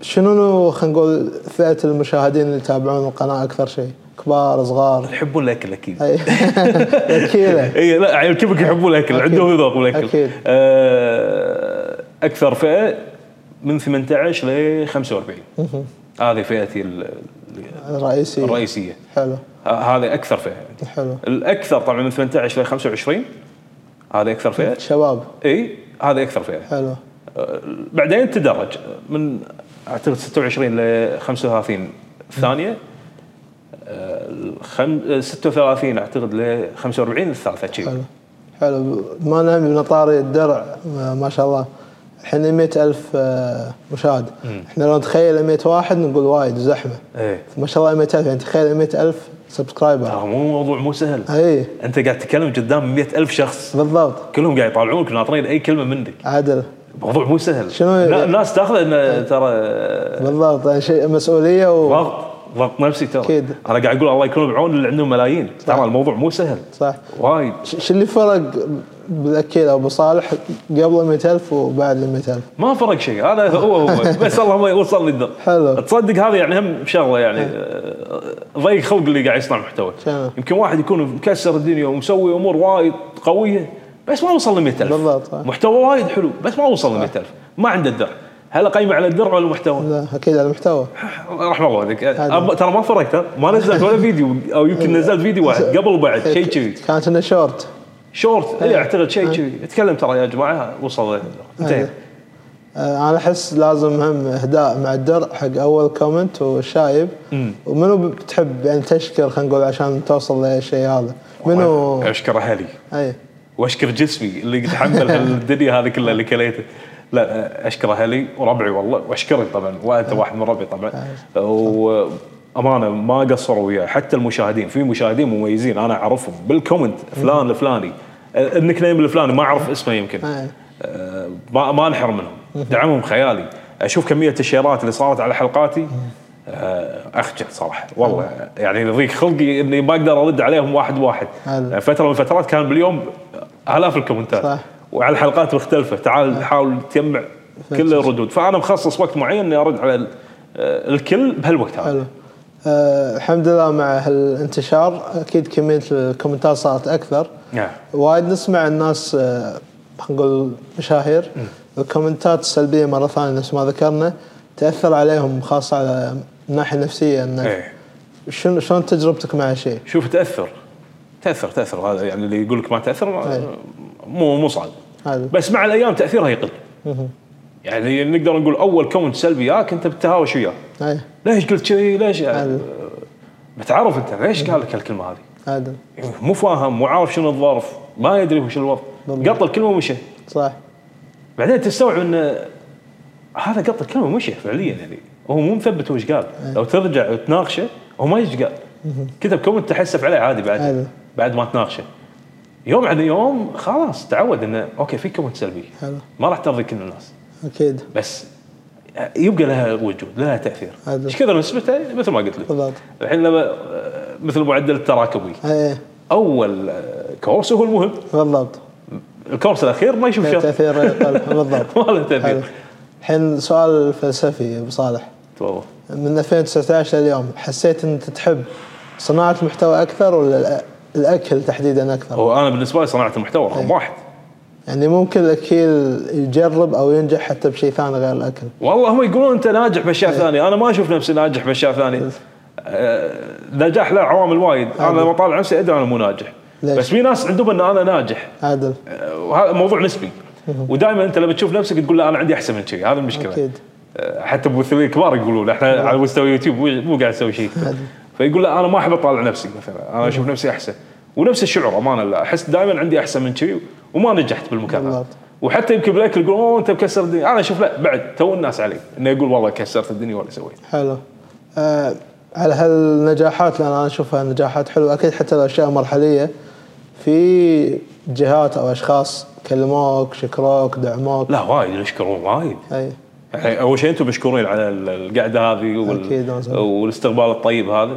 [SPEAKER 1] فشنو خلينا نقول فئه المشاهدين اللي يتابعون القناه اكثر شيء كبار صغار
[SPEAKER 2] يحبون الاكل اكيد
[SPEAKER 1] أي. اكيد
[SPEAKER 2] اي إيه، لا عيال كيفك يحبون الاكل
[SPEAKER 1] أكيد.
[SPEAKER 2] عندهم ذوق بالاكل
[SPEAKER 1] أكيد.
[SPEAKER 2] آه، اكثر فئه من 18 ل 45 هذه فئتي ال-
[SPEAKER 1] إيه. رئيسي
[SPEAKER 2] الرئيسيه
[SPEAKER 1] حلو
[SPEAKER 2] ه- هذه اكثر فئه
[SPEAKER 1] حلو
[SPEAKER 2] الاكثر طبعا من 18 ل 25 هذه اكثر فئه
[SPEAKER 1] شباب
[SPEAKER 2] اي هذه اكثر فئه
[SPEAKER 1] حلو
[SPEAKER 2] آه، بعدين تدرج من اعتقد 26 ل 35 الثانيه آه، الخم... آه، 36 اعتقد ل 45 الثالثه شي.
[SPEAKER 1] حلو حلو ما نعمل من طاري الدرع ما- ما شاء الله الحين 100 ألف آه، مشاهد احنا لو نتخيل 100 واحد نقول وايد زحمة
[SPEAKER 2] ايه
[SPEAKER 1] ما شاء الله 100 ألف يعني تخيل 100 ألف سبسكرايبر
[SPEAKER 2] ترى آه، مو موضوع مو سهل
[SPEAKER 1] اي
[SPEAKER 2] انت قاعد تتكلم قدام مئة ألف شخص
[SPEAKER 1] بالضبط
[SPEAKER 2] كلهم قاعد يطالعونك ناطرين اي كلمه منك
[SPEAKER 1] عدل
[SPEAKER 2] موضوع مو سهل
[SPEAKER 1] شنو- طيب.
[SPEAKER 2] لا الناس تاخذ انه ترى
[SPEAKER 1] بالضبط يعني شيء مسؤولية و...
[SPEAKER 2] ضغط ضغط نفسي ترى
[SPEAKER 1] أكيد. طيب.
[SPEAKER 2] انا قاعد اقول الله يكون بعون اللي عندهم ملايين ترى الموضوع مو سهل
[SPEAKER 1] صح
[SPEAKER 2] وايد
[SPEAKER 1] ش- شو اللي فرق بالاكيل او بصالح قبل 100 ألف وبعد 100 ألف
[SPEAKER 2] ما فرق شيء هذا هو هو بس اللهم يوصل للدر
[SPEAKER 1] حلو.
[SPEAKER 2] تصدق هذا يعني هم شغله يعني آه، ضيق خلق اللي قاعد يصنع محتوى
[SPEAKER 1] شنو؟
[SPEAKER 2] يمكن واحد يكون مكسر الدنيا ومسوي امور وايد قويه بس ما وصل ل 100000
[SPEAKER 1] بالضبط، آه. صح.
[SPEAKER 2] محتوى وايد حلو بس ما وصل ل 100000 ما عنده الدرع هل قيمه على الدرع ولا المحتوى؟
[SPEAKER 1] لا اكيد على المحتوى
[SPEAKER 2] رحم الله والديك
[SPEAKER 1] هذا.
[SPEAKER 2] أب- ترى ما فرقت ها؟ ما نزلت ولا فيديو او يمكن نزلت فيديو واحد قبل وبعد شيء كذي
[SPEAKER 1] إيه، كانت انه شورت
[SPEAKER 2] شورت
[SPEAKER 1] آه.
[SPEAKER 2] اي اعتقد شيء كذي اتكلم ترى يا جماعه وصل ل- انتهينا
[SPEAKER 1] هذا. آه، انا احس لازم هم اهداء مع الدرع حق اول كومنت والشايب ومنو بتحب يعني تشكر خلينا نقول عشان توصل للشيء هذا منو
[SPEAKER 2] اشكر اهلي
[SPEAKER 1] اي
[SPEAKER 2] واشكر جسمي اللي تحمل هالدنيا هذه كلها اللي كليته لا اشكر اهلي وربعي والله واشكرك طبعا وانت واحد من ربعي طبعا وامانه ما قصروا وياي حتى المشاهدين في مشاهدين مميزين انا اعرفهم بالكومنت فلان الفلاني آه، النيك نيم الفلاني ما اعرف اسمه يمكن
[SPEAKER 1] أي.
[SPEAKER 2] آه، ما ما انحر منهم دعمهم خيالي اشوف كميه الشيرات اللي صارت على حلقاتي آه، اخجل صراحه والله
[SPEAKER 1] آه.
[SPEAKER 2] يعني يضيق خلقي اني ما اقدر ارد عليهم واحد واحد
[SPEAKER 1] حلو.
[SPEAKER 2] فتره من الفترات كان باليوم الاف الكومنتات
[SPEAKER 1] صح. آه.
[SPEAKER 2] وعلى الحلقات مختلفه تعال حاول تجمع كل الردود فانا مخصص وقت معين اني ارد على ال- آه، الكل بهالوقت هذا
[SPEAKER 1] حلو أه الحمد لله مع هالانتشار اكيد كميه الكومنتات صارت اكثر
[SPEAKER 2] نعم.
[SPEAKER 1] وايد نسمع الناس آه، خلينا نقول مشاهير الكومنتات السلبيه مره ثانيه نفس ما ذكرنا تاثر عليهم خاصه على الناحيه النفسيه انك
[SPEAKER 2] إيه.
[SPEAKER 1] شنو شلون تجربتك مع هالشيء؟
[SPEAKER 2] شوف تاثر تاثر تاثر هذا يعني اللي يقول لك ما تاثر ما-
[SPEAKER 1] أي.
[SPEAKER 2] مو مو صعب
[SPEAKER 1] حلو.
[SPEAKER 2] بس مع الايام تاثيرها يقل يعني نقدر نقول اول كومنت سلبي ياك انت بتهاوش وياه
[SPEAKER 1] اي
[SPEAKER 2] ليش قلت كذي ليش يعني
[SPEAKER 1] حلو.
[SPEAKER 2] بتعرف انت ليش قال لك هالكلمه هذه
[SPEAKER 1] عدل
[SPEAKER 2] مو فاهم مو عارف شنو الظرف ما يدري وش الوضع
[SPEAKER 1] بالضبط.
[SPEAKER 2] قط الكلمه ومشى
[SPEAKER 1] صح
[SPEAKER 2] بعدين تستوعب ان هذا قط الكلمه ومشى فعليا يعني هو مو مثبت وش قال
[SPEAKER 1] إيه.
[SPEAKER 2] لو ترجع وتناقشه هو ما ايش قال كتب كومنت تحسف عليه عادي بعد
[SPEAKER 1] حلو.
[SPEAKER 2] بعد ما تناقشه يوم عن يوم خلاص تعود انه اوكي في كومنت سلبي
[SPEAKER 1] حلو.
[SPEAKER 2] ما راح ترضي كل الناس
[SPEAKER 1] اكيد
[SPEAKER 2] بس يبقى لها وجود لها تاثير
[SPEAKER 1] عدل.
[SPEAKER 2] ايش كثر نسبته مثل ما قلت لك
[SPEAKER 1] بالضبط إيه،
[SPEAKER 2] الحين لما آه، مثل معدل التراكبي
[SPEAKER 1] اي
[SPEAKER 2] اول آه، كورس هو المهم
[SPEAKER 1] بالضبط
[SPEAKER 2] الكورس الاخير ما يشوف شيء
[SPEAKER 1] تاثير يقل. بالضبط
[SPEAKER 2] ما له
[SPEAKER 1] حلو
[SPEAKER 2] تاثير
[SPEAKER 1] الحين سؤال فلسفي يا ابو صالح
[SPEAKER 2] تفضل
[SPEAKER 1] من 2019 لليوم حسيت ان انت تحب صناعه المحتوى اكثر ولا الأ- الاكل تحديدا اكثر
[SPEAKER 2] هو انا بالنسبه لي صناعه المحتوى رقم
[SPEAKER 1] إيه.
[SPEAKER 2] واحد
[SPEAKER 1] يعني ممكن الاكيل يجرب او ينجح حتى بشيء ثاني غير الاكل
[SPEAKER 2] والله هم يقولون انت ناجح
[SPEAKER 1] إيه.
[SPEAKER 2] باشياء ثانيه انا ما اشوف نفسي ناجح باشياء ثانيه آه، نجاح له عوامل وايد انا
[SPEAKER 1] عادي.
[SPEAKER 2] لما اطالع نفسي ادري انا مو ناجح
[SPEAKER 1] ليش؟
[SPEAKER 2] بس في ناس عندهم ان انا ناجح
[SPEAKER 1] عادل
[SPEAKER 2] آه، وهذا موضوع نسبي ودائما انت لما تشوف نفسك تقول لا انا عندي احسن من كذي هذا المشكله
[SPEAKER 1] اكيد
[SPEAKER 2] آه، حتى الممثلين الكبار يقولون احنا على مستوى يوتيوب مو مو قاعد نسوي شيء فيقول لا انا ما احب اطالع نفسي مثلا انا اشوف نفسي احسن ونفس الشعور امانه لا احس دائما عندي احسن من كذي وما نجحت بالمكان هذا
[SPEAKER 1] بالضبط.
[SPEAKER 2] وحتى يمكن بالاكل يقول اوه انت مكسر الدنيا انا اشوف لا بعد تو الناس علي انه يقول والله كسرت الدنيا ولا سويت
[SPEAKER 1] حلو آه على هالنجاحات لان انا اشوفها نجاحات حلوه اكيد حتى لو اشياء مرحليه في جهات او اشخاص كلموك شكروك دعموك
[SPEAKER 2] لا وايد يشكرون وايد
[SPEAKER 1] اي
[SPEAKER 2] يعني اول شيء انتم مشكورين على ال- القعده هذه
[SPEAKER 1] أكيد،
[SPEAKER 2] وال...
[SPEAKER 1] أزل.
[SPEAKER 2] والاستقبال الطيب هذا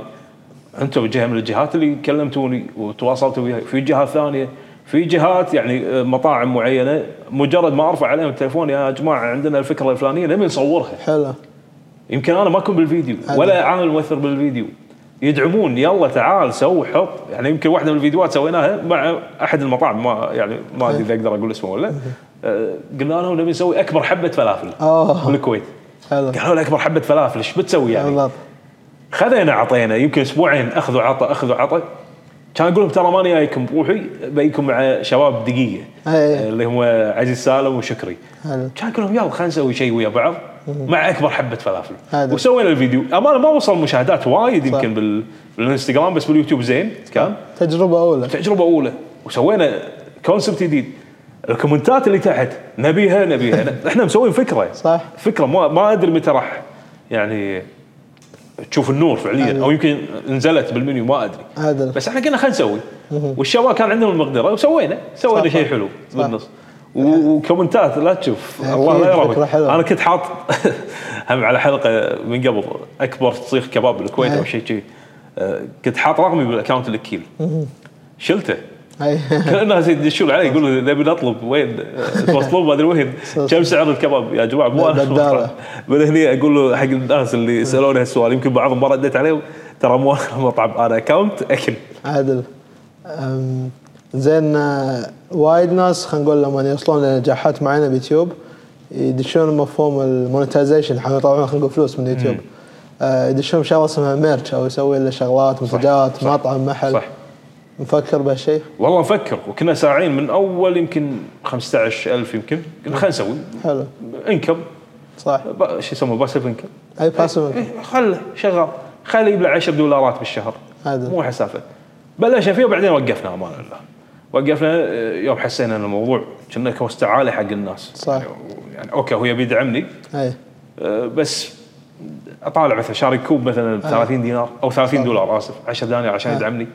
[SPEAKER 2] انتم جهه من الجهات اللي كلمتوني وتواصلتوا وياي في جهات ثانيه في جهات يعني آه، مطاعم معينه مجرد ما ارفع عليهم التليفون يا جماعه عندنا الفكره الفلانيه نبي نصورها
[SPEAKER 1] حلو
[SPEAKER 2] يمكن انا ما اكون بالفيديو ولا عامل مؤثر بالفيديو يدعمون يلا تعال سو حط يعني يمكن واحده من الفيديوهات سويناها مع احد المطاعم ما يعني ما ادري اذا اقدر اقول اسمه ولا آه، قلنا لهم نبي نسوي اكبر حبه فلافل
[SPEAKER 1] آه.
[SPEAKER 2] بالكويت
[SPEAKER 1] حلو
[SPEAKER 2] قالوا لك اكبر حبه فلافل ايش بتسوي يعني؟
[SPEAKER 1] بالضبط
[SPEAKER 2] خذينا عطينا يمكن اسبوعين اخذوا عطى اخذوا عطى كان اقول لهم ترى ماني جايكم بروحي بايكم مع شباب دقيقه
[SPEAKER 1] أي.
[SPEAKER 2] اللي هم عزيز سالم وشكري
[SPEAKER 1] حلو
[SPEAKER 2] كان اقول لهم يلا خلينا نسوي شيء ويا بعض مع اكبر حبه فلافل
[SPEAKER 1] هذا.
[SPEAKER 2] وسوينا الفيديو امانه ما وصل مشاهدات وايد يمكن بال... بالانستغرام بس باليوتيوب زين كان
[SPEAKER 1] تجربه اولى
[SPEAKER 2] تجربه اولى وسوينا كونسبت جديد الكومنتات اللي تحت نبيها نبيها ن- احنا مسوين فكره
[SPEAKER 1] صح.
[SPEAKER 2] فكره ما ما ادري متى راح يعني تشوف النور فعليا او يمكن نزلت بالمنيو ما ادري
[SPEAKER 1] عادل
[SPEAKER 2] بس احنا قلنا خلينا نسوي والشباب كان عندهم المقدره وسوينا سوينا
[SPEAKER 1] صح.
[SPEAKER 2] شيء حلو
[SPEAKER 1] صح.
[SPEAKER 2] بالنص و- وكومنتات لا تشوف
[SPEAKER 1] أكيد،
[SPEAKER 2] الله لا
[SPEAKER 1] فكرة
[SPEAKER 2] يرحمك
[SPEAKER 1] حلوة.
[SPEAKER 2] انا كنت حاط هم على حلقه من قبل اكبر تصيخ كباب بالكويت او
[SPEAKER 1] أي.
[SPEAKER 2] شيء شيء آه، كنت حاط رقمي بالاكونت الاكيل شلته
[SPEAKER 1] اي
[SPEAKER 2] كل الناس يدشون علي يقولوا نبي نطلب وين آه، توصلون ما ادري وين كم سعر الكباب يا جماعه مو انا
[SPEAKER 1] بدالة.
[SPEAKER 2] من هني اقول له حق الناس اللي سالوني هالسؤال يمكن بعضهم ما رديت عليهم ترى مو اخر مطعم انا اكونت اكل
[SPEAKER 1] عادل أم، زين آه، وايد ناس خلينا نقول لما يوصلون لنجاحات معينه بيوتيوب يدشون مفهوم المونتايزيشن حق يطلعون خلينا نقول فلوس من اليوتيوب آه، يدشون شغله اسمها ميرش او يسوي له شغلات منتجات مطعم محل
[SPEAKER 2] صح.
[SPEAKER 1] مفكر بهالشيء
[SPEAKER 2] والله نفكر وكنا ساعين من اول يمكن 15000 يمكن قلنا خلينا نسوي
[SPEAKER 1] حلو
[SPEAKER 2] انكم
[SPEAKER 1] صح
[SPEAKER 2] ب- شو يسموه باسف انكم
[SPEAKER 1] اي باسم
[SPEAKER 2] إيه، خله شغال خله يبلع 10 دولارات بالشهر
[SPEAKER 1] عادل.
[SPEAKER 2] مو حسافه بلشنا فيه وبعدين وقفنا امان الله وقفنا آه، يوم حسينا ان الموضوع كنا كوست عالي حق الناس
[SPEAKER 1] صح.
[SPEAKER 2] يعني- يعني اوكي هو يبي يدعمني
[SPEAKER 1] اي
[SPEAKER 2] آه، بس اطالع مثلا شاري كوب مثلا ب 30 دينار او 30 دولار اسف 10 دنانير عشان يدعمني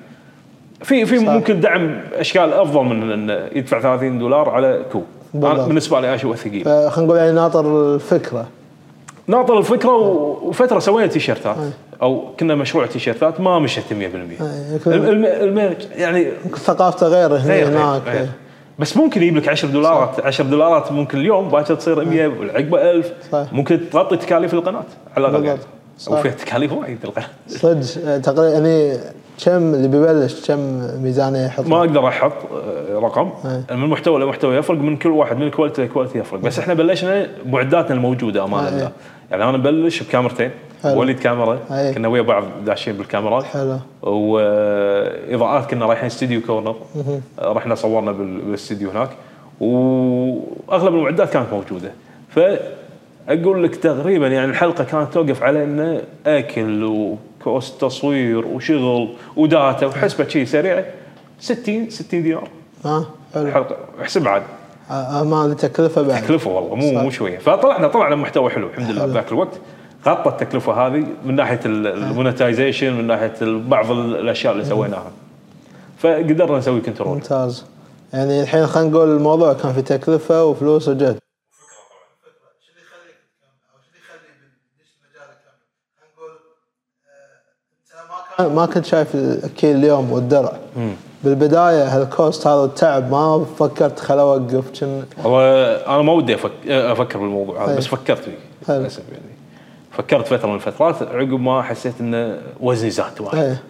[SPEAKER 2] في في
[SPEAKER 1] صح.
[SPEAKER 2] ممكن دعم اشكال افضل من انه يدفع 30 دولار على كوب انا
[SPEAKER 1] بالضبط.
[SPEAKER 2] بالنسبه لي اشوفه ثقيل
[SPEAKER 1] فخلينا نقول يعني ناطر الفكره
[SPEAKER 2] ناطر الفكره و- وفتره سوينا تيشيرتات او كنا مشروع تيشيرتات ما مشت 100%
[SPEAKER 1] يعني يكون-
[SPEAKER 2] الم- الم- المارج يعني
[SPEAKER 1] ثقافته غير هنا
[SPEAKER 2] غير
[SPEAKER 1] إيه، هناك
[SPEAKER 2] غير غير. إيه، بس ممكن يجيب لك 10 دولارات 10 دولارات ممكن اليوم باكر تصير 100 والعقبه 1000
[SPEAKER 1] إيه. صح.
[SPEAKER 2] ممكن تغطي تكاليف القناه على الاقل يعني.
[SPEAKER 1] بالضبط. صح.
[SPEAKER 2] وفيها تكاليف وايد القناه
[SPEAKER 1] صدق آه، تقريبا يعني كم اللي ببلش كم ميزانيه يحط
[SPEAKER 2] ما اقدر احط آه، رقم
[SPEAKER 1] أي.
[SPEAKER 2] من محتوى لمحتوى يفرق من كل واحد من كواليتي لكواليتي يفرق
[SPEAKER 1] إيه.
[SPEAKER 2] بس احنا بلشنا معداتنا الموجوده امان
[SPEAKER 1] أي.
[SPEAKER 2] الله يعني انا بلش بكاميرتين
[SPEAKER 1] إيه. حلو. إيه.
[SPEAKER 2] وليد كاميرا
[SPEAKER 1] أي.
[SPEAKER 2] كنا ويا بعض داشين بالكاميرات
[SPEAKER 1] حلو
[SPEAKER 2] واضاءات كنا رايحين استديو كورنر آه، رحنا صورنا بال- بالاستديو هناك واغلب المعدات كانت موجوده ف اقول لك تقريبا يعني الحلقه كانت توقف على انه اكل وكوست تصوير وشغل وداتا وحسبه شيء سريعه 60 60 دينار
[SPEAKER 1] ها حلو
[SPEAKER 2] الحلقه احسب عاد
[SPEAKER 1] آه، آه، ما هذه تكلفه بعد
[SPEAKER 2] تكلفه والله مو مو شويه فطلعنا طلعنا محتوى حلو الحمد لله بذاك الوقت غطى التكلفه هذه من ناحيه المونتايزيشن من ناحيه ال- بعض ال- الاشياء اللي سويناها فقدرنا نسوي كنترول
[SPEAKER 1] ممتاز يعني الحين خلينا نقول الموضوع كان في تكلفه وفلوس وجهد ما كنت شايف الاكيل اليوم والدرع بالبدايه هالكوست هذا والتعب ما فكرت خل اوقف كن
[SPEAKER 2] والله انا ما ودي أفك... افكر بالموضوع هذا
[SPEAKER 1] حلو.
[SPEAKER 2] بس فكرت فيه
[SPEAKER 1] حلو.
[SPEAKER 2] للاسف يعني فكرت فتره من الفترات عقب ما حسيت انه وزني زاد وايد
[SPEAKER 1] إيه.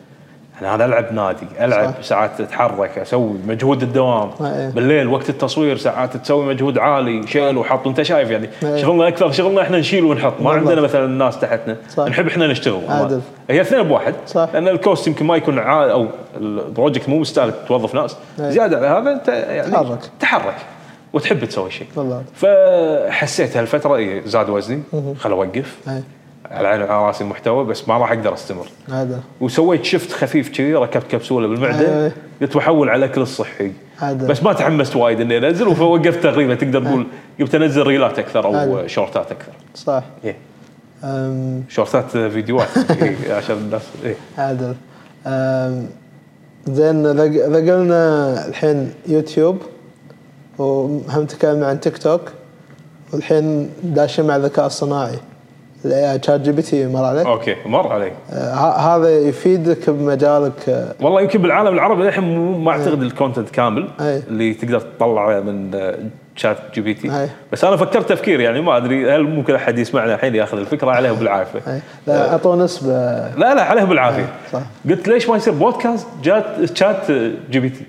[SPEAKER 2] يعني انا العب نادي العب
[SPEAKER 1] صح.
[SPEAKER 2] صح. ساعات اتحرك اسوي مجهود الدوام
[SPEAKER 1] إيه.
[SPEAKER 2] بالليل وقت التصوير ساعات تسوي مجهود عالي
[SPEAKER 1] طيب.
[SPEAKER 2] شيل وحط انت شايف يعني
[SPEAKER 1] إيه.
[SPEAKER 2] شغلنا اكثر شغلنا احنا نشيل ونحط ما
[SPEAKER 1] بالضبط.
[SPEAKER 2] عندنا مثلا الناس تحتنا
[SPEAKER 1] صح.
[SPEAKER 2] نحب احنا نشتغل
[SPEAKER 1] عادل.
[SPEAKER 2] هي اثنين بواحد
[SPEAKER 1] صح.
[SPEAKER 2] لان الكوست يمكن ما يكون عالي او البروجكت مو مستاهل توظف ناس
[SPEAKER 1] إيه.
[SPEAKER 2] زياده على هذا انت يعني
[SPEAKER 1] تحرك.
[SPEAKER 2] تحرك وتحب تسوي شيء
[SPEAKER 1] بالضبط.
[SPEAKER 2] فحسيت هالفتره إيه، زاد وزني خل اوقف
[SPEAKER 1] إيه.
[SPEAKER 2] على عيني وعلى راسي المحتوى بس ما راح اقدر استمر
[SPEAKER 1] عدل
[SPEAKER 2] وسويت شفت خفيف كذي ركبت كبسوله بالمعده
[SPEAKER 1] أيوة.
[SPEAKER 2] قلت بحول على الاكل الصحي
[SPEAKER 1] عدل.
[SPEAKER 2] بس ما تحمست وايد اني انزل فوقفت تقريبا تقدر تقول قمت انزل ريلات اكثر او
[SPEAKER 1] عدل.
[SPEAKER 2] شورتات اكثر
[SPEAKER 1] صح
[SPEAKER 2] إيه.
[SPEAKER 1] أم،
[SPEAKER 2] شورتات آه، فيديوهات إيه، عشان الناس إيه.
[SPEAKER 1] عادل أم، زين ذق- ذقلنا الحين يوتيوب وهم تكلمنا عن تيك توك والحين داشين مع الذكاء الصناعي الاي شات جي بي تي مر عليك
[SPEAKER 2] اوكي مر علي
[SPEAKER 1] أه، ه- هذا يفيدك بمجالك أه،
[SPEAKER 2] والله يمكن بالعالم العربي للحين مو-
[SPEAKER 1] إيه.
[SPEAKER 2] ما اعتقد الكونتنت كامل
[SPEAKER 1] أي.
[SPEAKER 2] اللي تقدر تطلعه من آه، شات جي بي
[SPEAKER 1] أي.
[SPEAKER 2] تي بس انا فكرت تفكير يعني ما ادري هل ممكن احد يسمعنا الحين ياخذ الفكره عليها بالعافيه
[SPEAKER 1] أي. إيه؟ لا، اعطوه نسبه
[SPEAKER 2] لا لا عليها بالعافيه
[SPEAKER 1] صح.
[SPEAKER 2] قلت ليش ما يصير بودكاست جات آه، شات جي بي تي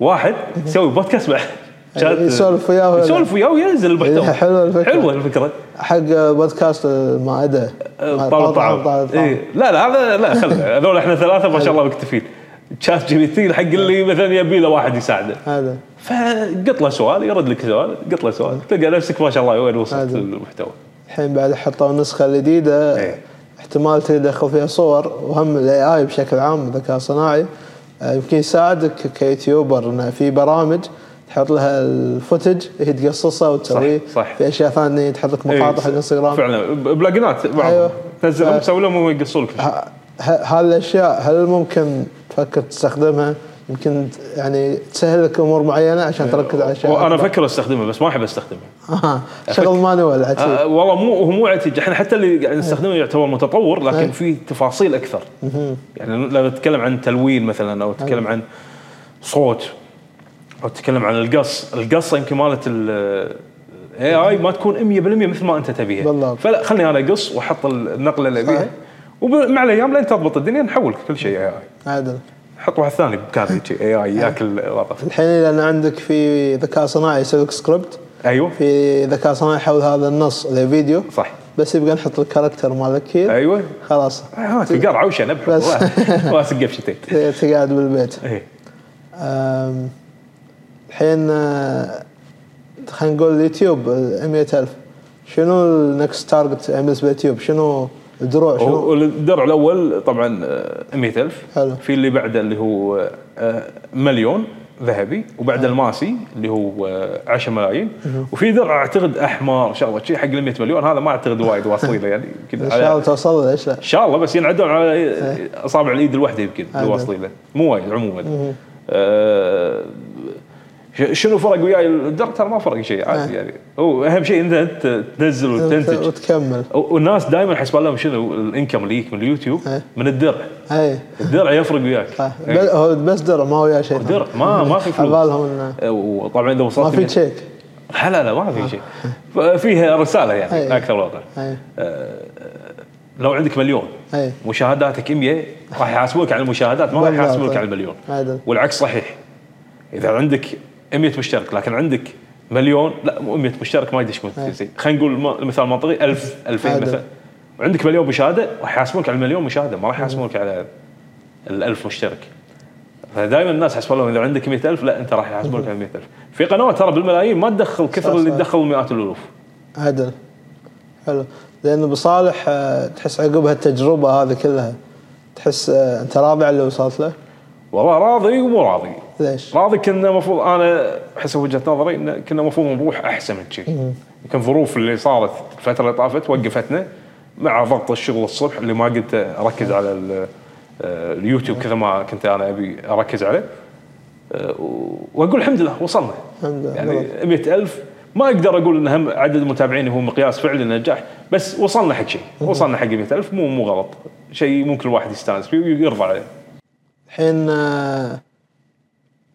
[SPEAKER 2] واحد يسوي بودكاست مع شات
[SPEAKER 1] إيه. يسولف وياه ولا-
[SPEAKER 2] آه، يسولف وياه وينزل المحتوى
[SPEAKER 1] حلوة الفكرة.
[SPEAKER 2] حلوه الفكره
[SPEAKER 1] حق بودكاست المائده آه،
[SPEAKER 2] طال آه، طعم
[SPEAKER 1] اي
[SPEAKER 2] إيه. لا لا هذا لا خله هذول احنا ثلاثه ما شاء الله مكتفين شات جي بي تي حق اللي مثلا يبي له واحد يساعده
[SPEAKER 1] هذا
[SPEAKER 2] فقط له سؤال يرد لك سؤال قط له سؤال تلقى نفسك ما شاء الله وين وصلت
[SPEAKER 1] عادل.
[SPEAKER 2] المحتوى
[SPEAKER 1] الحين بعد حطوا النسخه الجديده
[SPEAKER 2] إيه.
[SPEAKER 1] احتمال تدخل فيها صور وهم الاي اي بشكل عام الذكاء الصناعي آه، يمكن يساعدك كيوتيوبر انه في برامج تحط لها الفوتج هي تقصصها وتسويه
[SPEAKER 2] صح، صح.
[SPEAKER 1] في اشياء ثانيه تحط لك
[SPEAKER 2] إيه،
[SPEAKER 1] مقاطع حق انستغرام
[SPEAKER 2] فعلا ب- بلاجنات
[SPEAKER 1] أيوة.
[SPEAKER 2] بعضهم تنزلهم
[SPEAKER 1] آه.
[SPEAKER 2] تسوي لهم ويقصوا لك
[SPEAKER 1] ه- ه- هالاشياء هل ممكن تفكر تستخدمها يمكن ت- يعني تسهل لك امور معينه عشان تركز على اشياء
[SPEAKER 2] وانا
[SPEAKER 1] أكبر.
[SPEAKER 2] افكر استخدمه بس ما احب استخدمه
[SPEAKER 1] آه، شغل مانوال عتيب
[SPEAKER 2] آه والله مو هو مو عتيج احنا حتى اللي
[SPEAKER 1] إيه.
[SPEAKER 2] قاعد نستخدمه يعتبر متطور لكن في تفاصيل اكثر يعني لو تتكلم عن تلوين مثلا او تتكلم
[SPEAKER 1] إيه.
[SPEAKER 2] عن صوت او تتكلم عن القص القصه يمكن مالت الاي اي ما تكون 100% مثل ما انت تبيها
[SPEAKER 1] بالضبط.
[SPEAKER 2] فلا خلني انا اقص واحط النقله اللي ابيها
[SPEAKER 1] صح.
[SPEAKER 2] ومع الايام لين تضبط الدنيا نحول كل شيء اي اي
[SPEAKER 1] عادل
[SPEAKER 2] حط واحد ثاني بكاري اي
[SPEAKER 1] إيه.
[SPEAKER 2] اي ياكل الوظف
[SPEAKER 1] الحين لان عندك في ذكاء صناعي يسوي لك سكريبت
[SPEAKER 2] ايوه
[SPEAKER 1] في ذكاء صناعي يحول هذا النص لفيديو
[SPEAKER 2] صح
[SPEAKER 1] بس يبقى نحط الكاركتر مالك هيل
[SPEAKER 2] ايوه
[SPEAKER 1] خلاص
[SPEAKER 2] آه، تلقاه عوشه نبح
[SPEAKER 1] إيه. بس.
[SPEAKER 2] والله. ماسك قفشتين
[SPEAKER 1] تقعد بالبيت
[SPEAKER 2] ايه
[SPEAKER 1] أم، الحين آه، خلينا نقول اليوتيوب ال 100000 شنو النكست تارجت بالنسبه لليوتيوب شنو الدروع شنو
[SPEAKER 2] هو الدرع الاول طبعا آه، 100000
[SPEAKER 1] حلو.
[SPEAKER 2] في اللي بعده اللي هو آه، مليون ذهبي وبعد الماسي اللي هو آه، 10 ملايين وفي درع اعتقد احمر ان شاء الله شيء حق ال 100 مليون هذا ما اعتقد وايد واصلين له يعني يمكن
[SPEAKER 1] ان
[SPEAKER 2] على-
[SPEAKER 1] شاء إيه. الله توصل له ليش لا
[SPEAKER 2] ان شاء الله بس ينعدون على اصابع الايد الواحده يمكن اللي واصلين له مو وايد عموما آه، ش- شنو فرق وياي الدرع ترى ما فرق شيء
[SPEAKER 1] إيه.
[SPEAKER 2] عادي يعني هو اهم شيء إن انت تنزل وتنتج
[SPEAKER 1] وتكمل
[SPEAKER 2] والناس دائما حسبان لهم شنو الانكم اللي يجيك من اليوتيوب
[SPEAKER 1] إيه.
[SPEAKER 2] من الدرع
[SPEAKER 1] اي
[SPEAKER 2] الدرع يفرق وياك
[SPEAKER 1] صح.
[SPEAKER 2] إيه.
[SPEAKER 1] طيب. بل- هو بس درع ما هو وياه شيء
[SPEAKER 2] درع ما ما في فلوس
[SPEAKER 1] عبالهم انه
[SPEAKER 2] إيه، وطبعا اذا وصلت
[SPEAKER 1] ما في
[SPEAKER 2] مية-
[SPEAKER 1] تشيك
[SPEAKER 2] لا لا لا ما في شيء فيها رساله يعني
[SPEAKER 1] إيه.
[SPEAKER 2] اكثر واقع
[SPEAKER 1] اي
[SPEAKER 2] لو عندك مليون
[SPEAKER 1] اي
[SPEAKER 2] مشاهداتك 100 راح يحاسبونك على المشاهدات ما راح
[SPEAKER 1] بالضبط.
[SPEAKER 2] يحاسبونك على المليون
[SPEAKER 1] عدل.
[SPEAKER 2] والعكس صحيح اذا عندك 100 مشترك لكن عندك مليون لا مو 100 مشترك ما يدش
[SPEAKER 1] إيه.
[SPEAKER 2] زين خلينا نقول ما- مثال منطقي 1000 2000
[SPEAKER 1] عدل.
[SPEAKER 2] مثلا وعندك مليون مشاهده راح يحاسبونك على المليون مشاهده ما راح يحاسبونك على ال 1000 مشترك فدائما الناس حسبوا لهم اذا عندك 100000 لا انت راح يحاسبونك على 100000 في قنوات ترى بالملايين ما تدخل كثر
[SPEAKER 1] صح،
[SPEAKER 2] اللي
[SPEAKER 1] صح.
[SPEAKER 2] تدخل مئات الالوف
[SPEAKER 1] عدل حلو لانه بصالح آه، تحس عقب هالتجربه هذه كلها تحس آه، انت راضي على اللي وصلت له
[SPEAKER 2] والله راضي ومو راضي
[SPEAKER 1] ليش؟
[SPEAKER 2] راضي كنا المفروض انا حسب وجهه نظري ان كنا المفروض نروح احسن من كذي يمكن ظروف اللي صارت الفتره اللي طافت وقفتنا مع ضغط الشغل الصبح اللي ما قلت اركز على ال- آه، اليوتيوب كذا ما كنت انا ابي اركز عليه آه، و- واقول الحمد لله وصلنا
[SPEAKER 1] الحمد لله.
[SPEAKER 2] يعني 100000 ما اقدر اقول ان هم عدد المتابعين هو مقياس فعلي للنجاح بس وصلنا حق شيء وصلنا حق 100000 مو مو غلط شيء ممكن الواحد يستانس فيه ويرضى عليه
[SPEAKER 1] الحين آه،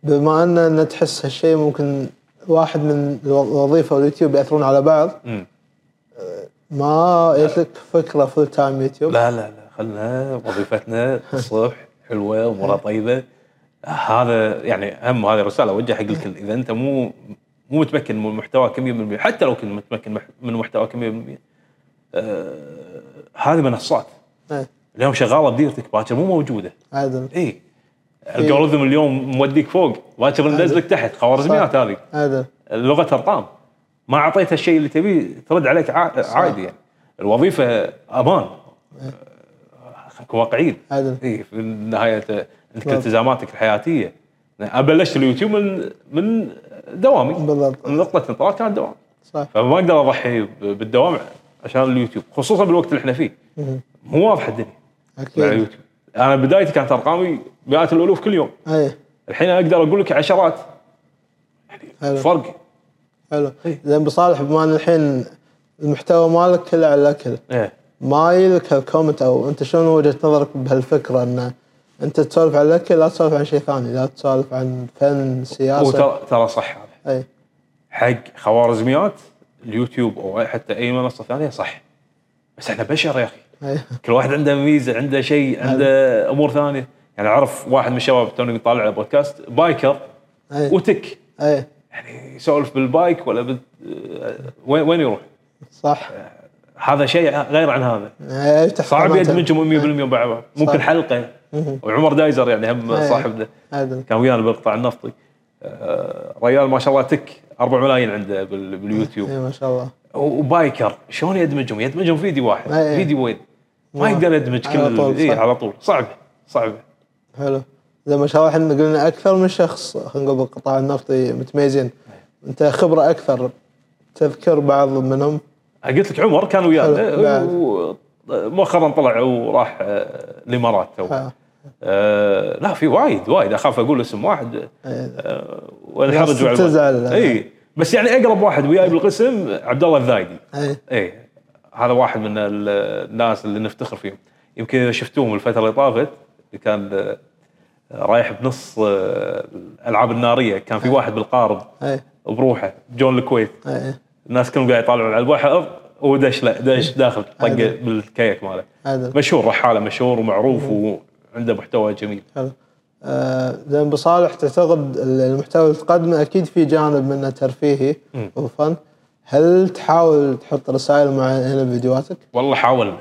[SPEAKER 1] بما ان إن تحس هالشيء ممكن واحد من الو- الوظيفه واليوتيوب ياثرون على بعض
[SPEAKER 2] مم.
[SPEAKER 1] آه، ما جت لك فكره فول تايم يوتيوب
[SPEAKER 2] لا لا لا خلنا وظيفتنا الصبح حلوه امورها طيبه هذا يعني هم هذه رساله اوجهها حق الكل اذا انت مو مو متمكن من محتواك 100% حتى لو كنت متمكن مح- من محتواك 100% آه، هذه منصات
[SPEAKER 1] إيه،
[SPEAKER 2] اليوم شغاله بديرتك باكر مو موجوده
[SPEAKER 1] عدل
[SPEAKER 2] اي الالجوريثم اليوم موديك فوق باكر منزلك تحت خوارزميات هذه
[SPEAKER 1] عدل
[SPEAKER 2] لغه ارقام ما اعطيتها الشيء اللي تبيه ترد عليك عا- عادي يعني الوظيفه امان خلينا آه، واقعيين
[SPEAKER 1] عدل
[SPEAKER 2] اي في النهايه ت- انت كل التزاماتك الحياتيه انا بلشت اليوتيوب من من دوامي
[SPEAKER 1] بالضبط.
[SPEAKER 2] من نقطه انطلاق كانت دوام
[SPEAKER 1] صح
[SPEAKER 2] فما اقدر اضحي ب- بالدوام عشان اليوتيوب خصوصا بالوقت اللي احنا فيه
[SPEAKER 1] مم.
[SPEAKER 2] مو واضحه الدنيا مع
[SPEAKER 1] اكيد
[SPEAKER 2] اليوتيوب انا بدايتي كانت ارقامي مئات الالوف كل يوم
[SPEAKER 1] اي
[SPEAKER 2] الحين اقدر اقول لك عشرات يعني
[SPEAKER 1] حلو
[SPEAKER 2] فرق
[SPEAKER 1] حلو زين بصالح بما ان الحين المحتوى مالك كله على الاكل
[SPEAKER 2] ايه
[SPEAKER 1] ما يلك هالكومنت او انت شلون وجهه نظرك بهالفكره انه انت تسولف عن الاكل لا تسولف عن شيء ثاني لا تسولف عن فن سياسه
[SPEAKER 2] وترى ترى صح هذا
[SPEAKER 1] اي
[SPEAKER 2] حق خوارزميات اليوتيوب او حتى اي منصه ثانيه صح بس احنا بشر يا اخي
[SPEAKER 1] اي
[SPEAKER 2] كل واحد عنده ميزه عنده شيء عنده امور ثانيه يعني اعرف واحد من الشباب توني طالع على بودكاست بايكر
[SPEAKER 1] اي
[SPEAKER 2] وتك
[SPEAKER 1] اي
[SPEAKER 2] يعني يسولف بالبايك ولا بال... آه، وين وين يروح؟
[SPEAKER 1] صح
[SPEAKER 2] هذا شيء غير عن هذا
[SPEAKER 1] إي، يفتح
[SPEAKER 2] صعب
[SPEAKER 1] قناته.
[SPEAKER 2] يدمجهم 100% مع بعض ممكن
[SPEAKER 1] صح.
[SPEAKER 2] حلقه وعمر دايزر يعني هم
[SPEAKER 1] إي.
[SPEAKER 2] صاحبنا
[SPEAKER 1] عدل
[SPEAKER 2] كان ويانا بالقطاع النفطي آه، ريال ما شاء الله تك 4 ملايين عنده بال- باليوتيوب
[SPEAKER 1] اي ما شاء الله
[SPEAKER 2] وبايكر شلون يدمجهم؟ يدمجهم فيديو واحد
[SPEAKER 1] إي.
[SPEAKER 2] فيديو وين؟ ما
[SPEAKER 1] ما-
[SPEAKER 2] يقدر يدمج
[SPEAKER 1] إيه. على
[SPEAKER 2] كل
[SPEAKER 1] طول،
[SPEAKER 2] إي،
[SPEAKER 1] صح.
[SPEAKER 2] على طول صعب صعب
[SPEAKER 1] حلو زي ما شاء الله احنا قلنا اكثر من شخص خلينا نقول بالقطاع النفطي متميزين انت خبره اكثر تذكر بعض منهم
[SPEAKER 2] قلت لك عمر كان
[SPEAKER 1] حلو،
[SPEAKER 2] ويانا
[SPEAKER 1] بعد.
[SPEAKER 2] و- مؤخرا طلع وراح آه، الامارات تو
[SPEAKER 1] ها.
[SPEAKER 2] آه، لا في وايد وايد اخاف اقول اسم واحد
[SPEAKER 1] إي.
[SPEAKER 2] آه، وانحرج
[SPEAKER 1] بس
[SPEAKER 2] وعلى الوضع.
[SPEAKER 1] تزعل.
[SPEAKER 2] اي بس يعني اقرب واحد وياي بالقسم عبد الله الذايدي
[SPEAKER 1] اي
[SPEAKER 2] اي إيه، هذا واحد من ال- الناس اللي نفتخر فيهم يمكن إذا شفتوهم الفتره اللي طافت كان آه، رايح بنص آه، الالعاب الناريه كان في واحد بالقارب
[SPEAKER 1] اي
[SPEAKER 2] بروحه جون الكويت
[SPEAKER 1] اي
[SPEAKER 2] الناس كانوا قاعد يطالعون على البحر ودش لا دش داخل طقه
[SPEAKER 1] عادي.
[SPEAKER 2] بالكيك ماله
[SPEAKER 1] عدل
[SPEAKER 2] مشهور رحاله مشهور ومعروف وعنده محتوى جميل
[SPEAKER 1] حلو آه، زين بصالح تعتقد ال- المحتوى اللي تقدمه اكيد في جانب منه ترفيهي
[SPEAKER 2] مم.
[SPEAKER 1] وفن هل تحاول تحط رسائل معينه بفيديوهاتك؟
[SPEAKER 2] والله حاولنا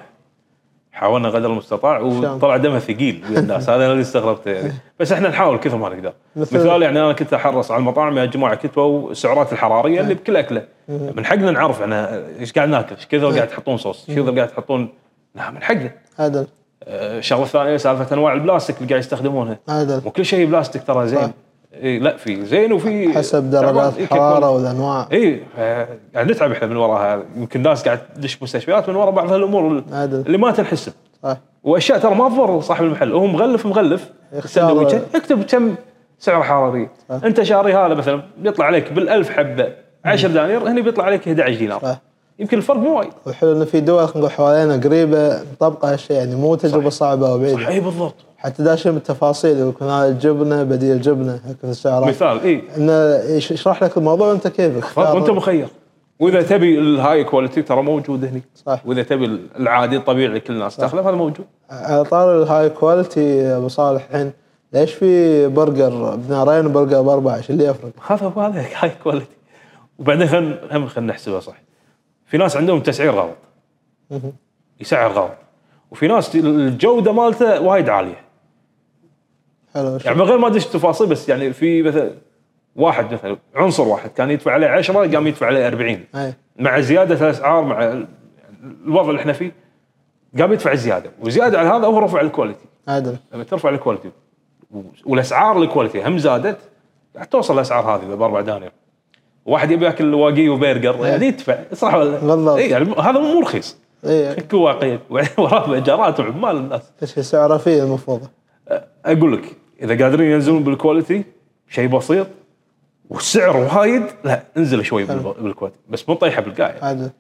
[SPEAKER 2] حاولنا قدر المستطاع وطلع دمه ثقيل ويا الناس هذا أنا اللي استغربته يعني بس احنا نحاول كثر ما نقدر
[SPEAKER 1] مثل-
[SPEAKER 2] مثال يعني انا كنت احرص على المطاعم يا جماعه كتبوا السعرات الحراريه اللي بكل اكله
[SPEAKER 1] إيه.
[SPEAKER 2] من حقنا نعرف احنا ايش قاعد ناكل ايش كثر قاعد تحطون صوص
[SPEAKER 1] إيه.
[SPEAKER 2] ايش كثر قاعد تحطون لا من حقنا
[SPEAKER 1] عدل
[SPEAKER 2] آه، شغله ثانيه سالفه انواع البلاستيك اللي قاعد يستخدمونها
[SPEAKER 1] عدل
[SPEAKER 2] مو كل شيء بلاستيك ترى زين
[SPEAKER 1] صح.
[SPEAKER 2] إيه لا في زين وفي
[SPEAKER 1] حسب درجات
[SPEAKER 2] تعبان. إيه، كيف
[SPEAKER 1] الحراره والانواع
[SPEAKER 2] اي قاعد إيه، يعني نتعب احنا من وراها يمكن ناس قاعد تدش مستشفيات من ورا بعض هالامور
[SPEAKER 1] عدل.
[SPEAKER 2] اللي ما تنحسب
[SPEAKER 1] صح
[SPEAKER 2] واشياء ترى ما تضر صاحب المحل هو مغلف مغلف
[SPEAKER 1] اختار-
[SPEAKER 2] السندويشة، اكتب كم سعر حراري انت شاري هذا مثلا بيطلع عليك بال1000 حبه 10 دنانير هنا بيطلع عليك 11 دينار
[SPEAKER 1] صح.
[SPEAKER 2] يمكن الفرق مو وايد
[SPEAKER 1] وحلو انه في دول خلينا نقول حوالينا قريبه مطبقه هالشيء يعني مو تجربه صعبه وبعيده
[SPEAKER 2] اي بالضبط
[SPEAKER 1] حتى داشين بالتفاصيل يكون هذا الجبنه بديل جبنه هيك في السعرات
[SPEAKER 2] مثال اي
[SPEAKER 1] انه يش- يشرح لك الموضوع وانت كيفك اختار-
[SPEAKER 2] وانت مخير واذا تبي الهاي كواليتي ترى موجود هني
[SPEAKER 1] صح.
[SPEAKER 2] واذا تبي العادي الطبيعي اللي كل الناس تاخذه هذا موجود
[SPEAKER 1] على طار الهاي كواليتي يا ابو صالح الحين ليش في برجر بنارين وبرجر باربعه ايش اللي يفرق؟
[SPEAKER 2] هذا هو هذا هاي كواليتي وبعدين خل هم خلينا نحسبها صح في ناس عندهم تسعير غلط
[SPEAKER 1] مهم.
[SPEAKER 2] يسعر غلط وفي ناس الجوده مالته وايد عاليه
[SPEAKER 1] حلو
[SPEAKER 2] يعني
[SPEAKER 1] شو-
[SPEAKER 2] من غير ما ادش تفاصيل بس يعني في مثلا واحد مثلا عنصر واحد كان يدفع عليه 10 قام يدفع عليه 40
[SPEAKER 1] اي
[SPEAKER 2] مع زياده الاسعار مع ال- الوضع اللي احنا فيه قام يدفع زياده وزياده على هذا هو رفع الكواليتي
[SPEAKER 1] عدل
[SPEAKER 2] لما ترفع الكواليتي و- والاسعار الكواليتي هم زادت راح توصل الاسعار هذه باربع دنانير واحد يبي ياكل واقي وبرجر يعني يدفع صح ولا
[SPEAKER 1] بالضبط.
[SPEAKER 2] اي يعني م- هذا مو رخيص
[SPEAKER 1] اي
[SPEAKER 2] كل واقعي وراه ايجارات وعمال الناس
[SPEAKER 1] ايش سعره فيه المفروض
[SPEAKER 2] أ- اقول لك اذا قادرين ينزلون بالكواليتي شيء بسيط والسعر وايد لا انزل شوي بالب- بالكواليتي بس مو طيحه بالقاع
[SPEAKER 1] عدل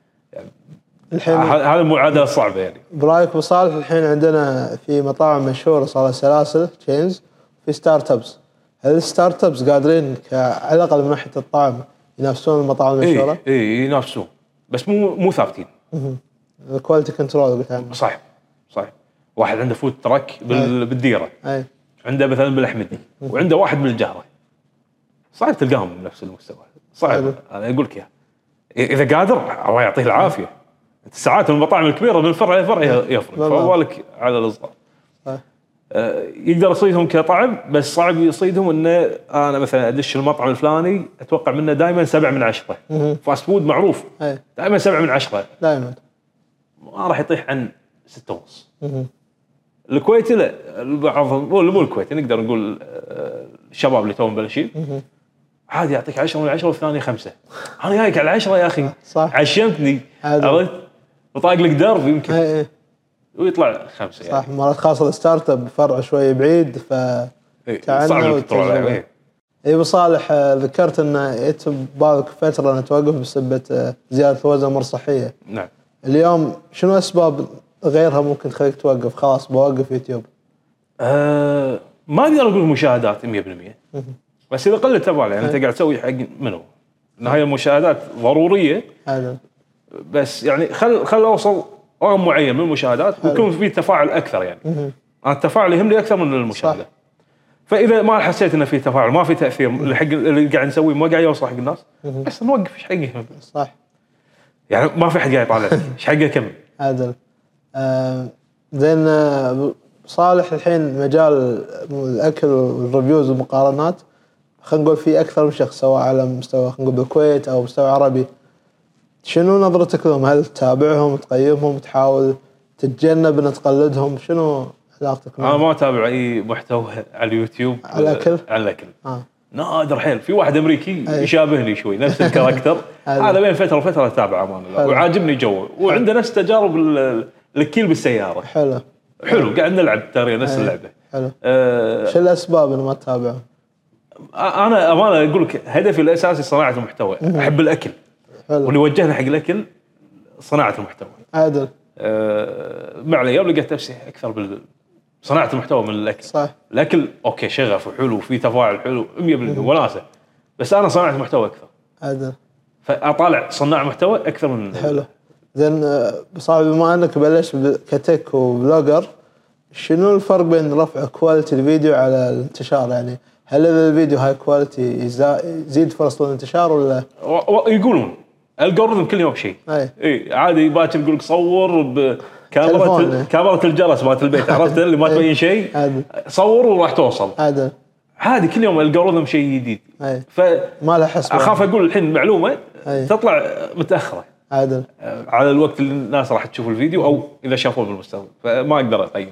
[SPEAKER 1] الحين
[SPEAKER 2] ه- هذا المعادله صعبه يعني
[SPEAKER 1] برايك ابو صالح الحين عندنا في مطاعم مشهوره صار لها سلاسل تشينز في ستارت ابس هل الستارت ابس قادرين ك- على الاقل من ناحيه الطعم ينافسون المطاعم
[SPEAKER 2] اي
[SPEAKER 1] المشهوره؟
[SPEAKER 2] اي إيه، ينافسون بس مو مو ثابتين
[SPEAKER 1] الكواليتي كنترول قلت عنه
[SPEAKER 2] صح صح واحد عنده فود تراك بال- بالديره
[SPEAKER 1] اي
[SPEAKER 2] عنده مثلا من الاحمدي وعنده واحد من الجهره صعب تلقاهم بنفس المستوى
[SPEAKER 1] حلو.
[SPEAKER 2] صعب انا اقول لك اياها اذا قادر الله يعطيه العافيه انت ساعات المطاعم الكبيره من فرع لفرع يفرق
[SPEAKER 1] والله.
[SPEAKER 2] فما بالك على الصغار
[SPEAKER 1] صح.
[SPEAKER 2] آه، يقدر يصيدهم كطعم بس صعب يصيدهم انه انا مثلا ادش المطعم الفلاني اتوقع منه دائما سبعة من عشرة
[SPEAKER 1] مهم.
[SPEAKER 2] فاست فود معروف
[SPEAKER 1] اي
[SPEAKER 2] دائما سبعة من عشرة
[SPEAKER 1] دائما
[SPEAKER 2] ما راح يطيح عن ستة ونص
[SPEAKER 1] مهم.
[SPEAKER 2] الكويتي لا بعضهم مو مو الكويتي نقدر نقول آه، الشباب اللي توهم مبلشين
[SPEAKER 1] مهم.
[SPEAKER 2] عادي يعطيك 10 من 10 والثاني خمسه انا جايك على 10 يا اخي
[SPEAKER 1] صح.
[SPEAKER 2] عشمتني
[SPEAKER 1] عادي.
[SPEAKER 2] عرفت وطاق لك درب يمكن
[SPEAKER 1] اي اي
[SPEAKER 2] ويطلع خمسه يعني
[SPEAKER 1] إيه. صح مرات خاصه الستارت اب فرع شوي بعيد ف
[SPEAKER 2] إيه،
[SPEAKER 1] تعال
[SPEAKER 2] صعب
[SPEAKER 1] ناوي
[SPEAKER 2] انك تطلع
[SPEAKER 1] تجربة.
[SPEAKER 2] عليه. إيه،
[SPEAKER 1] اي ابو صالح آه، ذكرت انه جت ببالك فتره انه توقف بسبه آه، زياده وزن امور صحيه
[SPEAKER 2] نعم
[SPEAKER 1] اليوم شنو اسباب غيرها ممكن تخليك توقف خلاص بوقف يوتيوب
[SPEAKER 2] آه ما اقدر اقول مشاهدات 100% بس اذا قلت ابالي يعني انت
[SPEAKER 1] إيه.
[SPEAKER 2] قاعد تسوي حق منو؟ إن هاي المشاهدات ضروريه
[SPEAKER 1] هذا
[SPEAKER 2] بس يعني خل خل اوصل رقم معين من المشاهدات ويكون في تفاعل اكثر يعني انا التفاعل يهمني اكثر من المشاهده
[SPEAKER 1] صح.
[SPEAKER 2] فاذا ما حسيت انه في تفاعل ما في تاثير اللي حق اللي قاعد نسويه ما قاعد يوصل حق الناس بس نوقف ايش حقه يهم؟
[SPEAKER 1] صح
[SPEAKER 2] يعني ما في حد قاعد يطالع فيك، ايش حقه كمل
[SPEAKER 1] عدل آه، زين آه، أبو صالح الحين مجال الاكل والريفيوز والمقارنات خلينا نقول في اكثر من شخص سواء على مستوى خلينا نقول بالكويت او مستوى عربي شنو نظرتك لهم؟ هل تتابعهم تقيمهم تحاول تتجنب ان تقلدهم؟ شنو علاقتك
[SPEAKER 2] انا
[SPEAKER 1] معهم؟
[SPEAKER 2] ما اتابع اي محتوى على اليوتيوب
[SPEAKER 1] على الأكل؟
[SPEAKER 2] على الاكل
[SPEAKER 1] آه.
[SPEAKER 2] نادر حيل في واحد امريكي
[SPEAKER 1] أي.
[SPEAKER 2] يشابهني شوي نفس الكاركتر
[SPEAKER 1] حلو.
[SPEAKER 2] هذا بين فتره وفتره اتابعه امان الله
[SPEAKER 1] حلو.
[SPEAKER 2] وعاجبني جوه وعنده نفس تجارب ال- الكيل بالسياره
[SPEAKER 1] حلو
[SPEAKER 2] حلو قاعد نلعب ترى نفس اللعبه
[SPEAKER 1] حلو
[SPEAKER 2] آه
[SPEAKER 1] شو الاسباب ان ما تتابعهم؟
[SPEAKER 2] انا امانه اقول لك هدفي الاساسي صناعه المحتوى احب الاكل
[SPEAKER 1] حلو
[SPEAKER 2] واللي وجهني حق الاكل صناعه المحتوى
[SPEAKER 1] عدل
[SPEAKER 2] آه مع الايام لقيت نفسي اكثر بال صناعه المحتوى من الاكل
[SPEAKER 1] صح
[SPEAKER 2] الاكل اوكي شغف وحلو وفي تفاعل حلو 100% وناسه بس انا صناعه محتوى اكثر
[SPEAKER 1] عدل
[SPEAKER 2] فاطالع صناع محتوى اكثر من
[SPEAKER 1] حلو زين آه، صاحبي بما انك بلشت ب- كتك وبلوجر شنو الفرق بين رفع كواليتي الفيديو على الانتشار يعني هل إذا الفيديو هاي كواليتي يزا- يزيد فرص الانتشار ولا
[SPEAKER 2] و- و- يقولون الالجوريثم كل يوم شيء
[SPEAKER 1] اي
[SPEAKER 2] اي عادي باكر يقول لك صور بكاميرا
[SPEAKER 1] تلفون.
[SPEAKER 2] ال- كاميرا الجرس مالت البيت عرفت اللي ما تبين شيء
[SPEAKER 1] عدل
[SPEAKER 2] صور وراح توصل
[SPEAKER 1] عدل
[SPEAKER 2] عادي كل يوم الالجوريثم شيء جديد
[SPEAKER 1] اي
[SPEAKER 2] فاخاف
[SPEAKER 1] إيه. ما له حسبة
[SPEAKER 2] اقول الحين معلومه
[SPEAKER 1] أي.
[SPEAKER 2] تطلع متاخره
[SPEAKER 1] عدل
[SPEAKER 2] على الوقت اللي الناس راح تشوف الفيديو او اذا شافوه بالمستقبل فما اقدر اقيم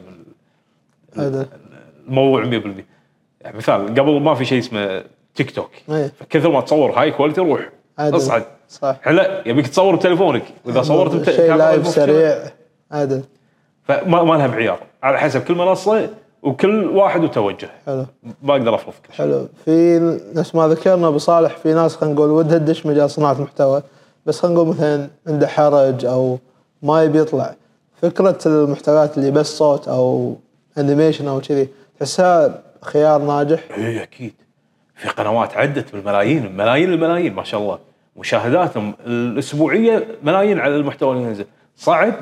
[SPEAKER 1] عدل
[SPEAKER 2] الموضوع 100% يعني مثال قبل ما في شيء اسمه تيك توك
[SPEAKER 1] اي
[SPEAKER 2] فكثر ما تصور هاي كواليتي روح
[SPEAKER 1] عدل.
[SPEAKER 2] اصعد
[SPEAKER 1] صح
[SPEAKER 2] الحين لا يبيك تصور بتليفونك واذا صورت بت-
[SPEAKER 1] شيء
[SPEAKER 2] كاميرا
[SPEAKER 1] لايف
[SPEAKER 2] المفروض-
[SPEAKER 1] سريع عدل
[SPEAKER 2] فما ما لها معيار على حسب كل منصه وكل واحد وتوجهه
[SPEAKER 1] حلو
[SPEAKER 2] ما اقدر افرض كل شيء
[SPEAKER 1] حلو في نفس ما ذكرنا ابو صالح في ناس خلينا نقول ودها تدش مجال صناعه المحتوى بس خلينا نقول مثلا عنده حرج او ما يبي يطلع فكره المحتويات اللي بس صوت او انيميشن او كذي تحسها خيار ناجح
[SPEAKER 2] اي اكيد إيه، في قنوات عدت بالملايين ملايين الملايين ما شاء الله مشاهداتهم الاسبوعيه ملايين على المحتوى اللي ينزل صعب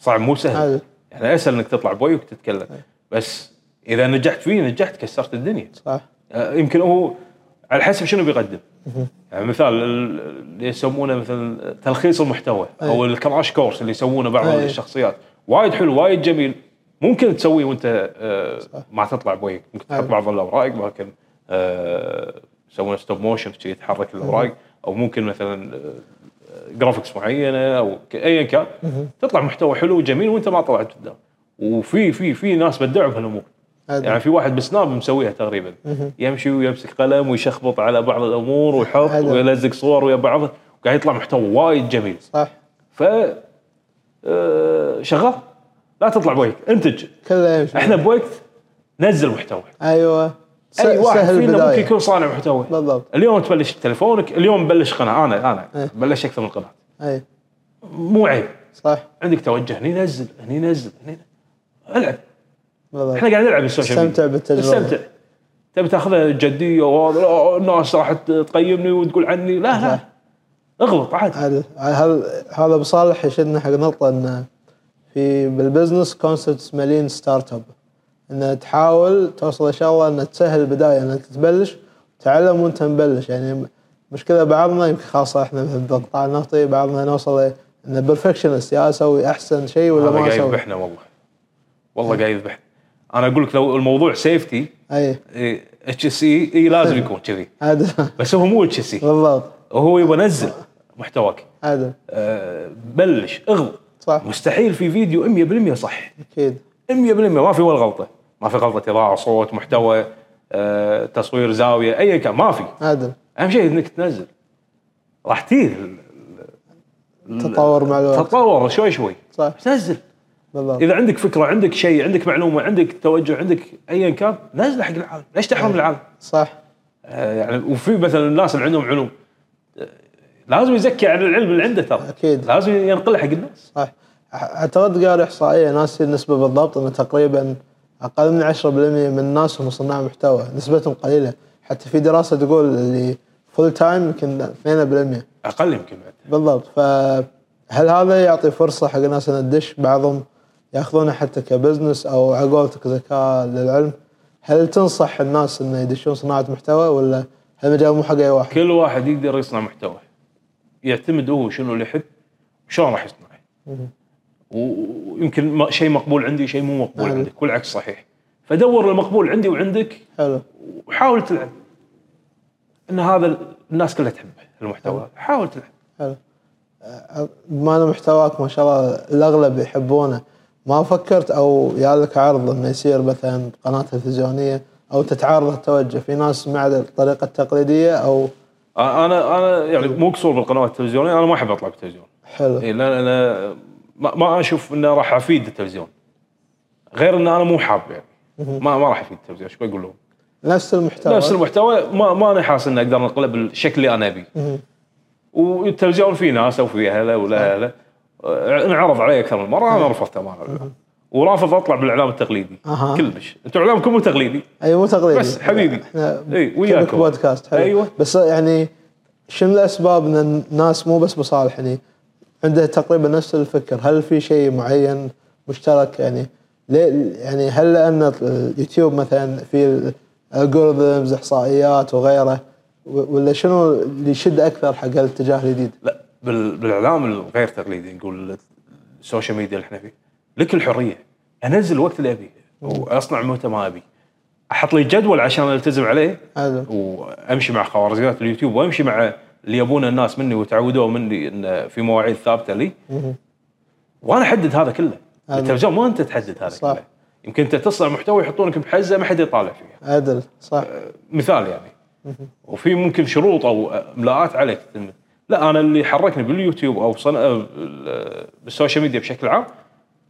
[SPEAKER 2] صعب مو
[SPEAKER 1] حلو.
[SPEAKER 2] سهل يعني اسهل انك تطلع بوي وتتكلم بس اذا نجحت فيه نجحت كسرت الدنيا
[SPEAKER 1] صح
[SPEAKER 2] آه، يمكن هو على حسب شنو بيقدم يعني مثال ال- اللي يسمونه مثلا تلخيص المحتوى او الكراش كورس اللي يسوونه بعض
[SPEAKER 1] أي.
[SPEAKER 2] الشخصيات وايد حلو وايد جميل ممكن تسويه وانت آه، ما تطلع بويك ممكن تحط
[SPEAKER 1] أي.
[SPEAKER 2] بعض الاوراق ممكن آه، يسوونه ستوب موشن شي يتحرك الاوراق او ممكن مثلا آه، جرافيكس معينه او ك- ايا كان تطلع محتوى حلو وجميل وانت ما طلعت قدام وفي في في ناس بدعوا بهالامور
[SPEAKER 1] عدل
[SPEAKER 2] يعني في واحد بسناب مسويها تقريبا يمشي ويمسك قلم ويشخبط على بعض الامور ويحط
[SPEAKER 1] حلو.
[SPEAKER 2] ويلزق صور ويا بعض وقاعد يطلع محتوى وايد جميل
[SPEAKER 1] صح
[SPEAKER 2] ف آه، شغال لا تطلع بوقت انتج
[SPEAKER 1] كله يمشي
[SPEAKER 2] احنا بوقت نزل محتوى
[SPEAKER 1] ايوه س-
[SPEAKER 2] اي واحد
[SPEAKER 1] سهل
[SPEAKER 2] فينا ممكن
[SPEAKER 1] البدايه
[SPEAKER 2] يكون صانع محتوى
[SPEAKER 1] بالضبط
[SPEAKER 2] اليوم تبلش بتليفونك اليوم بلش قناه انا
[SPEAKER 1] إيه.
[SPEAKER 2] انا بلش اكثر من قناه
[SPEAKER 1] اي
[SPEAKER 2] مو عيب
[SPEAKER 1] صح
[SPEAKER 2] عندك توجه هني نزل هني نزل هني العب
[SPEAKER 1] بالضبط
[SPEAKER 2] احنا قاعد نلعب السوشيال ميديا
[SPEAKER 1] استمتع بالتجربه
[SPEAKER 2] استمتع تبي تاخذها جديه وهذا لا، الناس راح تقيمني وتقول عني لا لا
[SPEAKER 1] صح.
[SPEAKER 2] اغلط عادي
[SPEAKER 1] عدل هل هذا ابو صالح يشدنا حق نقطه انه في بالبزنس كونسبتس مالين ستارت اب ان تحاول توصل ان شاء الله ان تسهل البدايه انك تبلش تعلم وانت مبلش يعني مشكله بعضنا يمكن خاصه احنا مثل بالقطاع النفطي بعضنا نوصل انه بيرفكشنست يا اسوي احسن شيء ولا
[SPEAKER 2] هذا
[SPEAKER 1] ما
[SPEAKER 2] قاعد
[SPEAKER 1] اسوي
[SPEAKER 2] يذبحنا والله والله قاعد يذبحنا انا اقول لك لو الموضوع سيفتي
[SPEAKER 1] اي
[SPEAKER 2] اتش اس اي اي لازم يكون كذي
[SPEAKER 1] هذا
[SPEAKER 2] بس هو مو اتش اس اي
[SPEAKER 1] بالضبط
[SPEAKER 2] هو يبغى ينزل محتواك
[SPEAKER 1] هذا
[SPEAKER 2] آه، بلش اغلط
[SPEAKER 1] صح
[SPEAKER 2] مستحيل في فيديو 100% صح 100%
[SPEAKER 1] اكيد
[SPEAKER 2] ما في ولا غلطه ما في غلطه اضاءه صوت محتوى آه، تصوير زاويه ايا كان ما في
[SPEAKER 1] عدل
[SPEAKER 2] اهم شيء انك تنزل راح تيه ال- ال-
[SPEAKER 1] تطور مع الوقت.
[SPEAKER 2] تطور شوي شوي
[SPEAKER 1] صح
[SPEAKER 2] بس نزل
[SPEAKER 1] بالضبط
[SPEAKER 2] اذا عندك فكره عندك شيء عندك معلومه عندك توجه عندك ايا كان نزله حق العالم ليش تحرم العالم
[SPEAKER 1] صح
[SPEAKER 2] آه، يعني وفي مثلا الناس اللي عندهم علوم آه، لازم يزكي على العلم اللي عنده ترى
[SPEAKER 1] أكيد.
[SPEAKER 2] لازم ينقله حق الناس
[SPEAKER 1] صح اعتقد أه، قال احصائيه ناسي النسبه بالضبط انه تقريبا اقل من 10% من الناس هم صناع محتوى نسبتهم قليله حتى في دراسه تقول اللي فول تايم يمكن 2%
[SPEAKER 2] اقل يمكن بعد
[SPEAKER 1] بالضبط فهل هذا يعطي فرصه حق الناس انها تدش بعضهم ياخذونه حتى كبزنس او على قولتك زكاه للعلم هل تنصح الناس انه يدشون صناعه محتوى ولا هالمجال مو حق اي واحد؟
[SPEAKER 2] كل واحد يقدر يصنع محتوى يعتمد هو شنو اللي يحب وشلون راح يصنعه
[SPEAKER 1] مهم.
[SPEAKER 2] و- ويمكن ما- شيء مقبول عندي شيء مو مقبول
[SPEAKER 1] نعم.
[SPEAKER 2] عندك والعكس صحيح فدور المقبول عندي وعندك
[SPEAKER 1] حلو
[SPEAKER 2] وحاول تلعب ان هذا ال- الناس كلها تحبه المحتوى حاول تلعب
[SPEAKER 1] حلو أه، بما ان محتواك ما شاء الله الاغلب يحبونه ما فكرت او يالك عرض انه يصير مثلا قناه تلفزيونيه او تتعرض التوجه في ناس مع الطريقه التقليديه او
[SPEAKER 2] انا انا يعني مو قصور بالقنوات التلفزيونيه انا ما احب اطلع بالتلفزيون
[SPEAKER 1] حلو
[SPEAKER 2] إيه، لان انا ما, ما اشوف انه راح افيد التلفزيون غير ان انا مو حاب يعني ما ما راح افيد التلفزيون شو بقول لهم
[SPEAKER 1] نفس المحتوى
[SPEAKER 2] نفس المحتوى ما ما انا حاسس اني اقدر انقله بالشكل اللي انا ابيه
[SPEAKER 1] مهم.
[SPEAKER 2] والتلفزيون فيه ناس او فيه هلا ولا هلا آه، انعرض علي اكثر من مره انا رفضت امانه ورافض اطلع بالاعلام التقليدي
[SPEAKER 1] أها.
[SPEAKER 2] كلش انتم اعلامكم مو تقليدي
[SPEAKER 1] اي مو تقليدي
[SPEAKER 2] بس حبيبي.
[SPEAKER 1] احنا
[SPEAKER 2] إي، وياكم.
[SPEAKER 1] وياك بودكاست حلو
[SPEAKER 2] أيوة.
[SPEAKER 1] بس يعني شنو الاسباب ان الناس مو بس بصالح يعني عنده تقريبا نفس الفكر هل في شيء معين مشترك يعني ليه يعني هل لان اليوتيوب مثلا في الالجوريثمز احصائيات وغيره و- ولا شنو اللي يشد اكثر حق الاتجاه الجديد؟
[SPEAKER 2] لا بال- بالاعلام الغير تقليدي نقول السوشيال ميديا اللي احنا فيه لك الحريه انزل الوقت اللي ابيه واصنع متى ما ابي احط لي جدول عشان التزم عليه
[SPEAKER 1] هذا
[SPEAKER 2] وامشي مع خوارزميات اليوتيوب وامشي مع اللي يبونه الناس مني وتعودوا مني ان في مواعيد ثابته لي
[SPEAKER 1] مهم.
[SPEAKER 2] وانا احدد هذا كله
[SPEAKER 1] هذا.
[SPEAKER 2] التلفزيون ما انت تحدد هذا
[SPEAKER 1] صح.
[SPEAKER 2] كله يمكن انت تصنع محتوى يحطونك بحزه ما حد يطالع فيها
[SPEAKER 1] عدل صح
[SPEAKER 2] مثال يعني وفي ممكن شروط او املاءات عليك تتم. لا انا اللي حركني باليوتيوب او صن... أو بال- بالسوشيال ميديا بشكل عام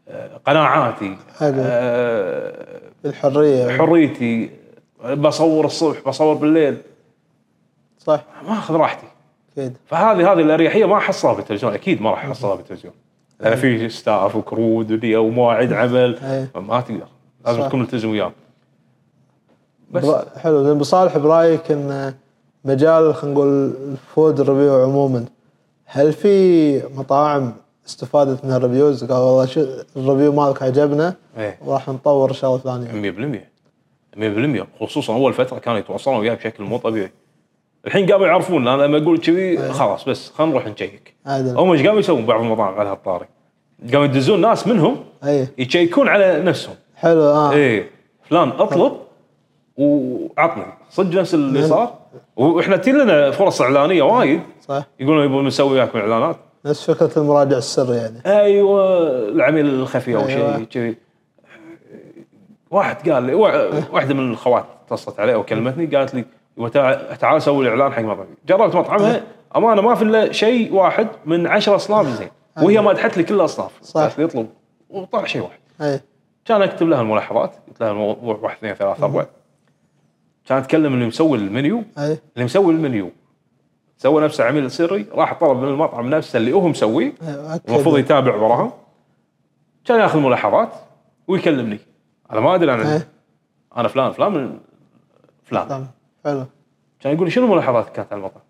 [SPEAKER 2] آه، قناعاتي
[SPEAKER 1] حلو.
[SPEAKER 2] آه،
[SPEAKER 1] الحريه
[SPEAKER 2] حريتي آه، بصور الصبح بصور بالليل
[SPEAKER 1] صح
[SPEAKER 2] ما اخذ راحتي
[SPEAKER 1] اكيد
[SPEAKER 2] فهذه هذه الاريحيه ما احصلها بالتلفزيون اكيد ما راح احصلها بالتلفزيون لان في ستاف وكرود ودي ومواعيد عمل
[SPEAKER 1] أي.
[SPEAKER 2] ما تقدر لازم
[SPEAKER 1] صح.
[SPEAKER 2] تكون ملتزم وياهم بس
[SPEAKER 1] برا- حلو زين بصالح برايك ان مجال خلينا نقول الفود ريفيو عموما هل في مطاعم استفادت من الريفيوز قالوا والله شو الريفيو مالك عجبنا
[SPEAKER 2] ايه 100%
[SPEAKER 1] وراح نطور شغله
[SPEAKER 2] إيه.
[SPEAKER 1] ثانيه
[SPEAKER 2] 100% خصوصا اول فتره كانوا يتواصلون وياي بشكل مو طبيعي الحين قاموا يعرفون انا لما اقول كذي خلاص بس خلينا نروح نشيك
[SPEAKER 1] عدل
[SPEAKER 2] هم ايش قاموا يسوون بعض المطاعم على هالطاري قاموا يدزون ناس منهم
[SPEAKER 1] اي
[SPEAKER 2] يشيكون على نفسهم
[SPEAKER 1] إيه. حلو اه
[SPEAKER 2] ايه فلان اطلب وعطني صدق نفس اللي
[SPEAKER 1] نعم.
[SPEAKER 2] صار واحنا تي لنا فرص اعلانيه وايد
[SPEAKER 1] صح
[SPEAKER 2] يقولون يبون نسوي وياكم اعلانات
[SPEAKER 1] نفس فكره المراجع السري يعني
[SPEAKER 2] ايوه العميل الخفي او
[SPEAKER 1] أيوة.
[SPEAKER 2] شيء كذي واحد قال لي وا- واحده من الخوات اتصلت علي او كلمتني قالت لي يبا تعال تعال سوي الاعلان حق مطعمي جربت مطعمها امانه ما في الا شيء واحد من عشر اصناف زين وهي مدحت لي كل الاصناف
[SPEAKER 1] أيوة. صح.
[SPEAKER 2] قالت لي اطلب وطلع شيء واحد
[SPEAKER 1] اي
[SPEAKER 2] كان اكتب لها الملاحظات قلت لها الموضوع واحد اثنين ثلاثة اربعة كان اتكلم اللي مسوي المنيو
[SPEAKER 1] اي
[SPEAKER 2] اللي مسوي المنيو سوى نفسه عميل سري راح طلب من المطعم نفسه اللي هو مسويه
[SPEAKER 1] أي، أكيد.
[SPEAKER 2] المفروض يتابع وراهم كان ياخذ ملاحظات ويكلمني انا ما ادري انا
[SPEAKER 1] إيه.
[SPEAKER 2] انا فلان فلان من فلان
[SPEAKER 1] طبعاً. حلو
[SPEAKER 2] كان يقول لي شنو ملاحظاتك كانت على المطعم؟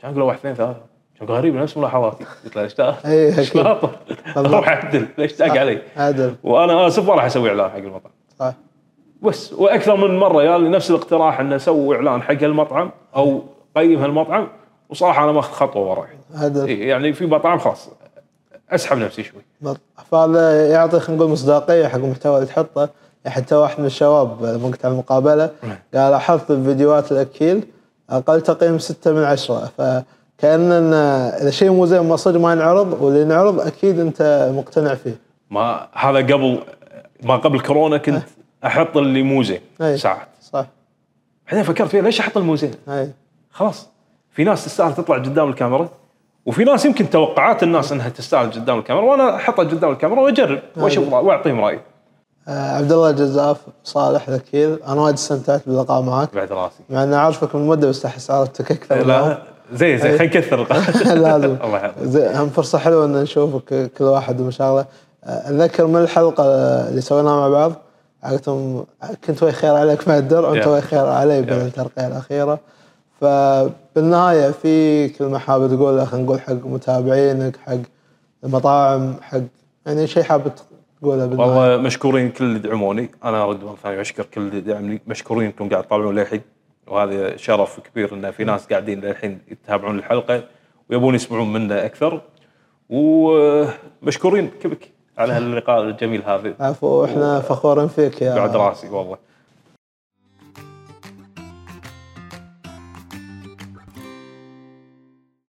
[SPEAKER 2] كان يقول له واحد اثنين ثلاثه كان يقول غريب نفس ملاحظاتي قلت له ليش تأ-
[SPEAKER 1] إيه، أكيد. آه.
[SPEAKER 2] ليش تأطر؟
[SPEAKER 1] والله.
[SPEAKER 2] روح عدل ليش تاق علي؟
[SPEAKER 1] عدل
[SPEAKER 2] وانا اسف ما راح اسوي اعلان حق المطعم
[SPEAKER 1] صح
[SPEAKER 2] بس واكثر من مره يا لي نفس الاقتراح انه سووا اعلان حق هالمطعم او قيم هالمطعم وصراحه انا ماخذ خطوه ورا
[SPEAKER 1] هذا
[SPEAKER 2] إيه، يعني في مطاعم خاص اسحب نفسي شوي
[SPEAKER 1] بط- فهذا يعطي خلينا نقول مصداقيه حق المحتوى اللي تحطه يعني حتى واحد من الشباب وقت على المقابله قال لاحظت بفيديوهات الاكيل اقل تقييم ستة من عشرة فكأن إن اذا شيء مو زين ما صدق ما ينعرض واللي ينعرض اكيد انت مقتنع فيه
[SPEAKER 2] ما هذا قبل ما قبل كورونا كنت احط اللي مو زين
[SPEAKER 1] أي.
[SPEAKER 2] ساعات
[SPEAKER 1] صح
[SPEAKER 2] بعدين فكرت فيها ليش احط المو زين؟
[SPEAKER 1] هاي
[SPEAKER 2] خلاص في ناس تستاهل تطلع قدام الكاميرا وفي ناس يمكن توقعات الناس انها تستاهل قدام الكاميرا وانا احطها قدام الكاميرا واجرب واشوف رأي- واعطيهم رايي
[SPEAKER 1] آه، عبد الله الجزاف صالح الاكيل انا وايد استمتعت باللقاء معك
[SPEAKER 2] بعد راسي
[SPEAKER 1] مع اني عارفك من مده بس احس عرفتك اكثر الآن.
[SPEAKER 2] لا زين زين خلينا نكثر القناة.
[SPEAKER 1] لازم
[SPEAKER 2] الله يحفظك
[SPEAKER 1] زين، هم فرصه حلوه ان نشوفك كل واحد ومشاغله أه، اتذكر من الحلقه اللي سويناها مع بعض عقتهم كنت وي خير عليك مع الدرع وانت
[SPEAKER 2] يا.
[SPEAKER 1] وي خير علي
[SPEAKER 2] يا.
[SPEAKER 1] بالترقيه الاخيره فبالنهايه في كلمه حابب تقولها خلينا نقول حق متابعينك حق المطاعم حق يعني شيء حابب تقوله بالنهايه
[SPEAKER 2] والله مشكورين كل اللي دعموني انا ارد مره ثانيه اشكر كل اللي دعمني مشكورين انكم قاعد تطالعون للحين وهذا شرف كبير ان في ناس قاعدين للحين يتابعون الحلقه ويبون يسمعون منا اكثر ومشكورين كبك على هاللقاء الجميل هذا
[SPEAKER 1] آه. عفوا احنا فخورين فيك يا
[SPEAKER 2] بعد راسي والله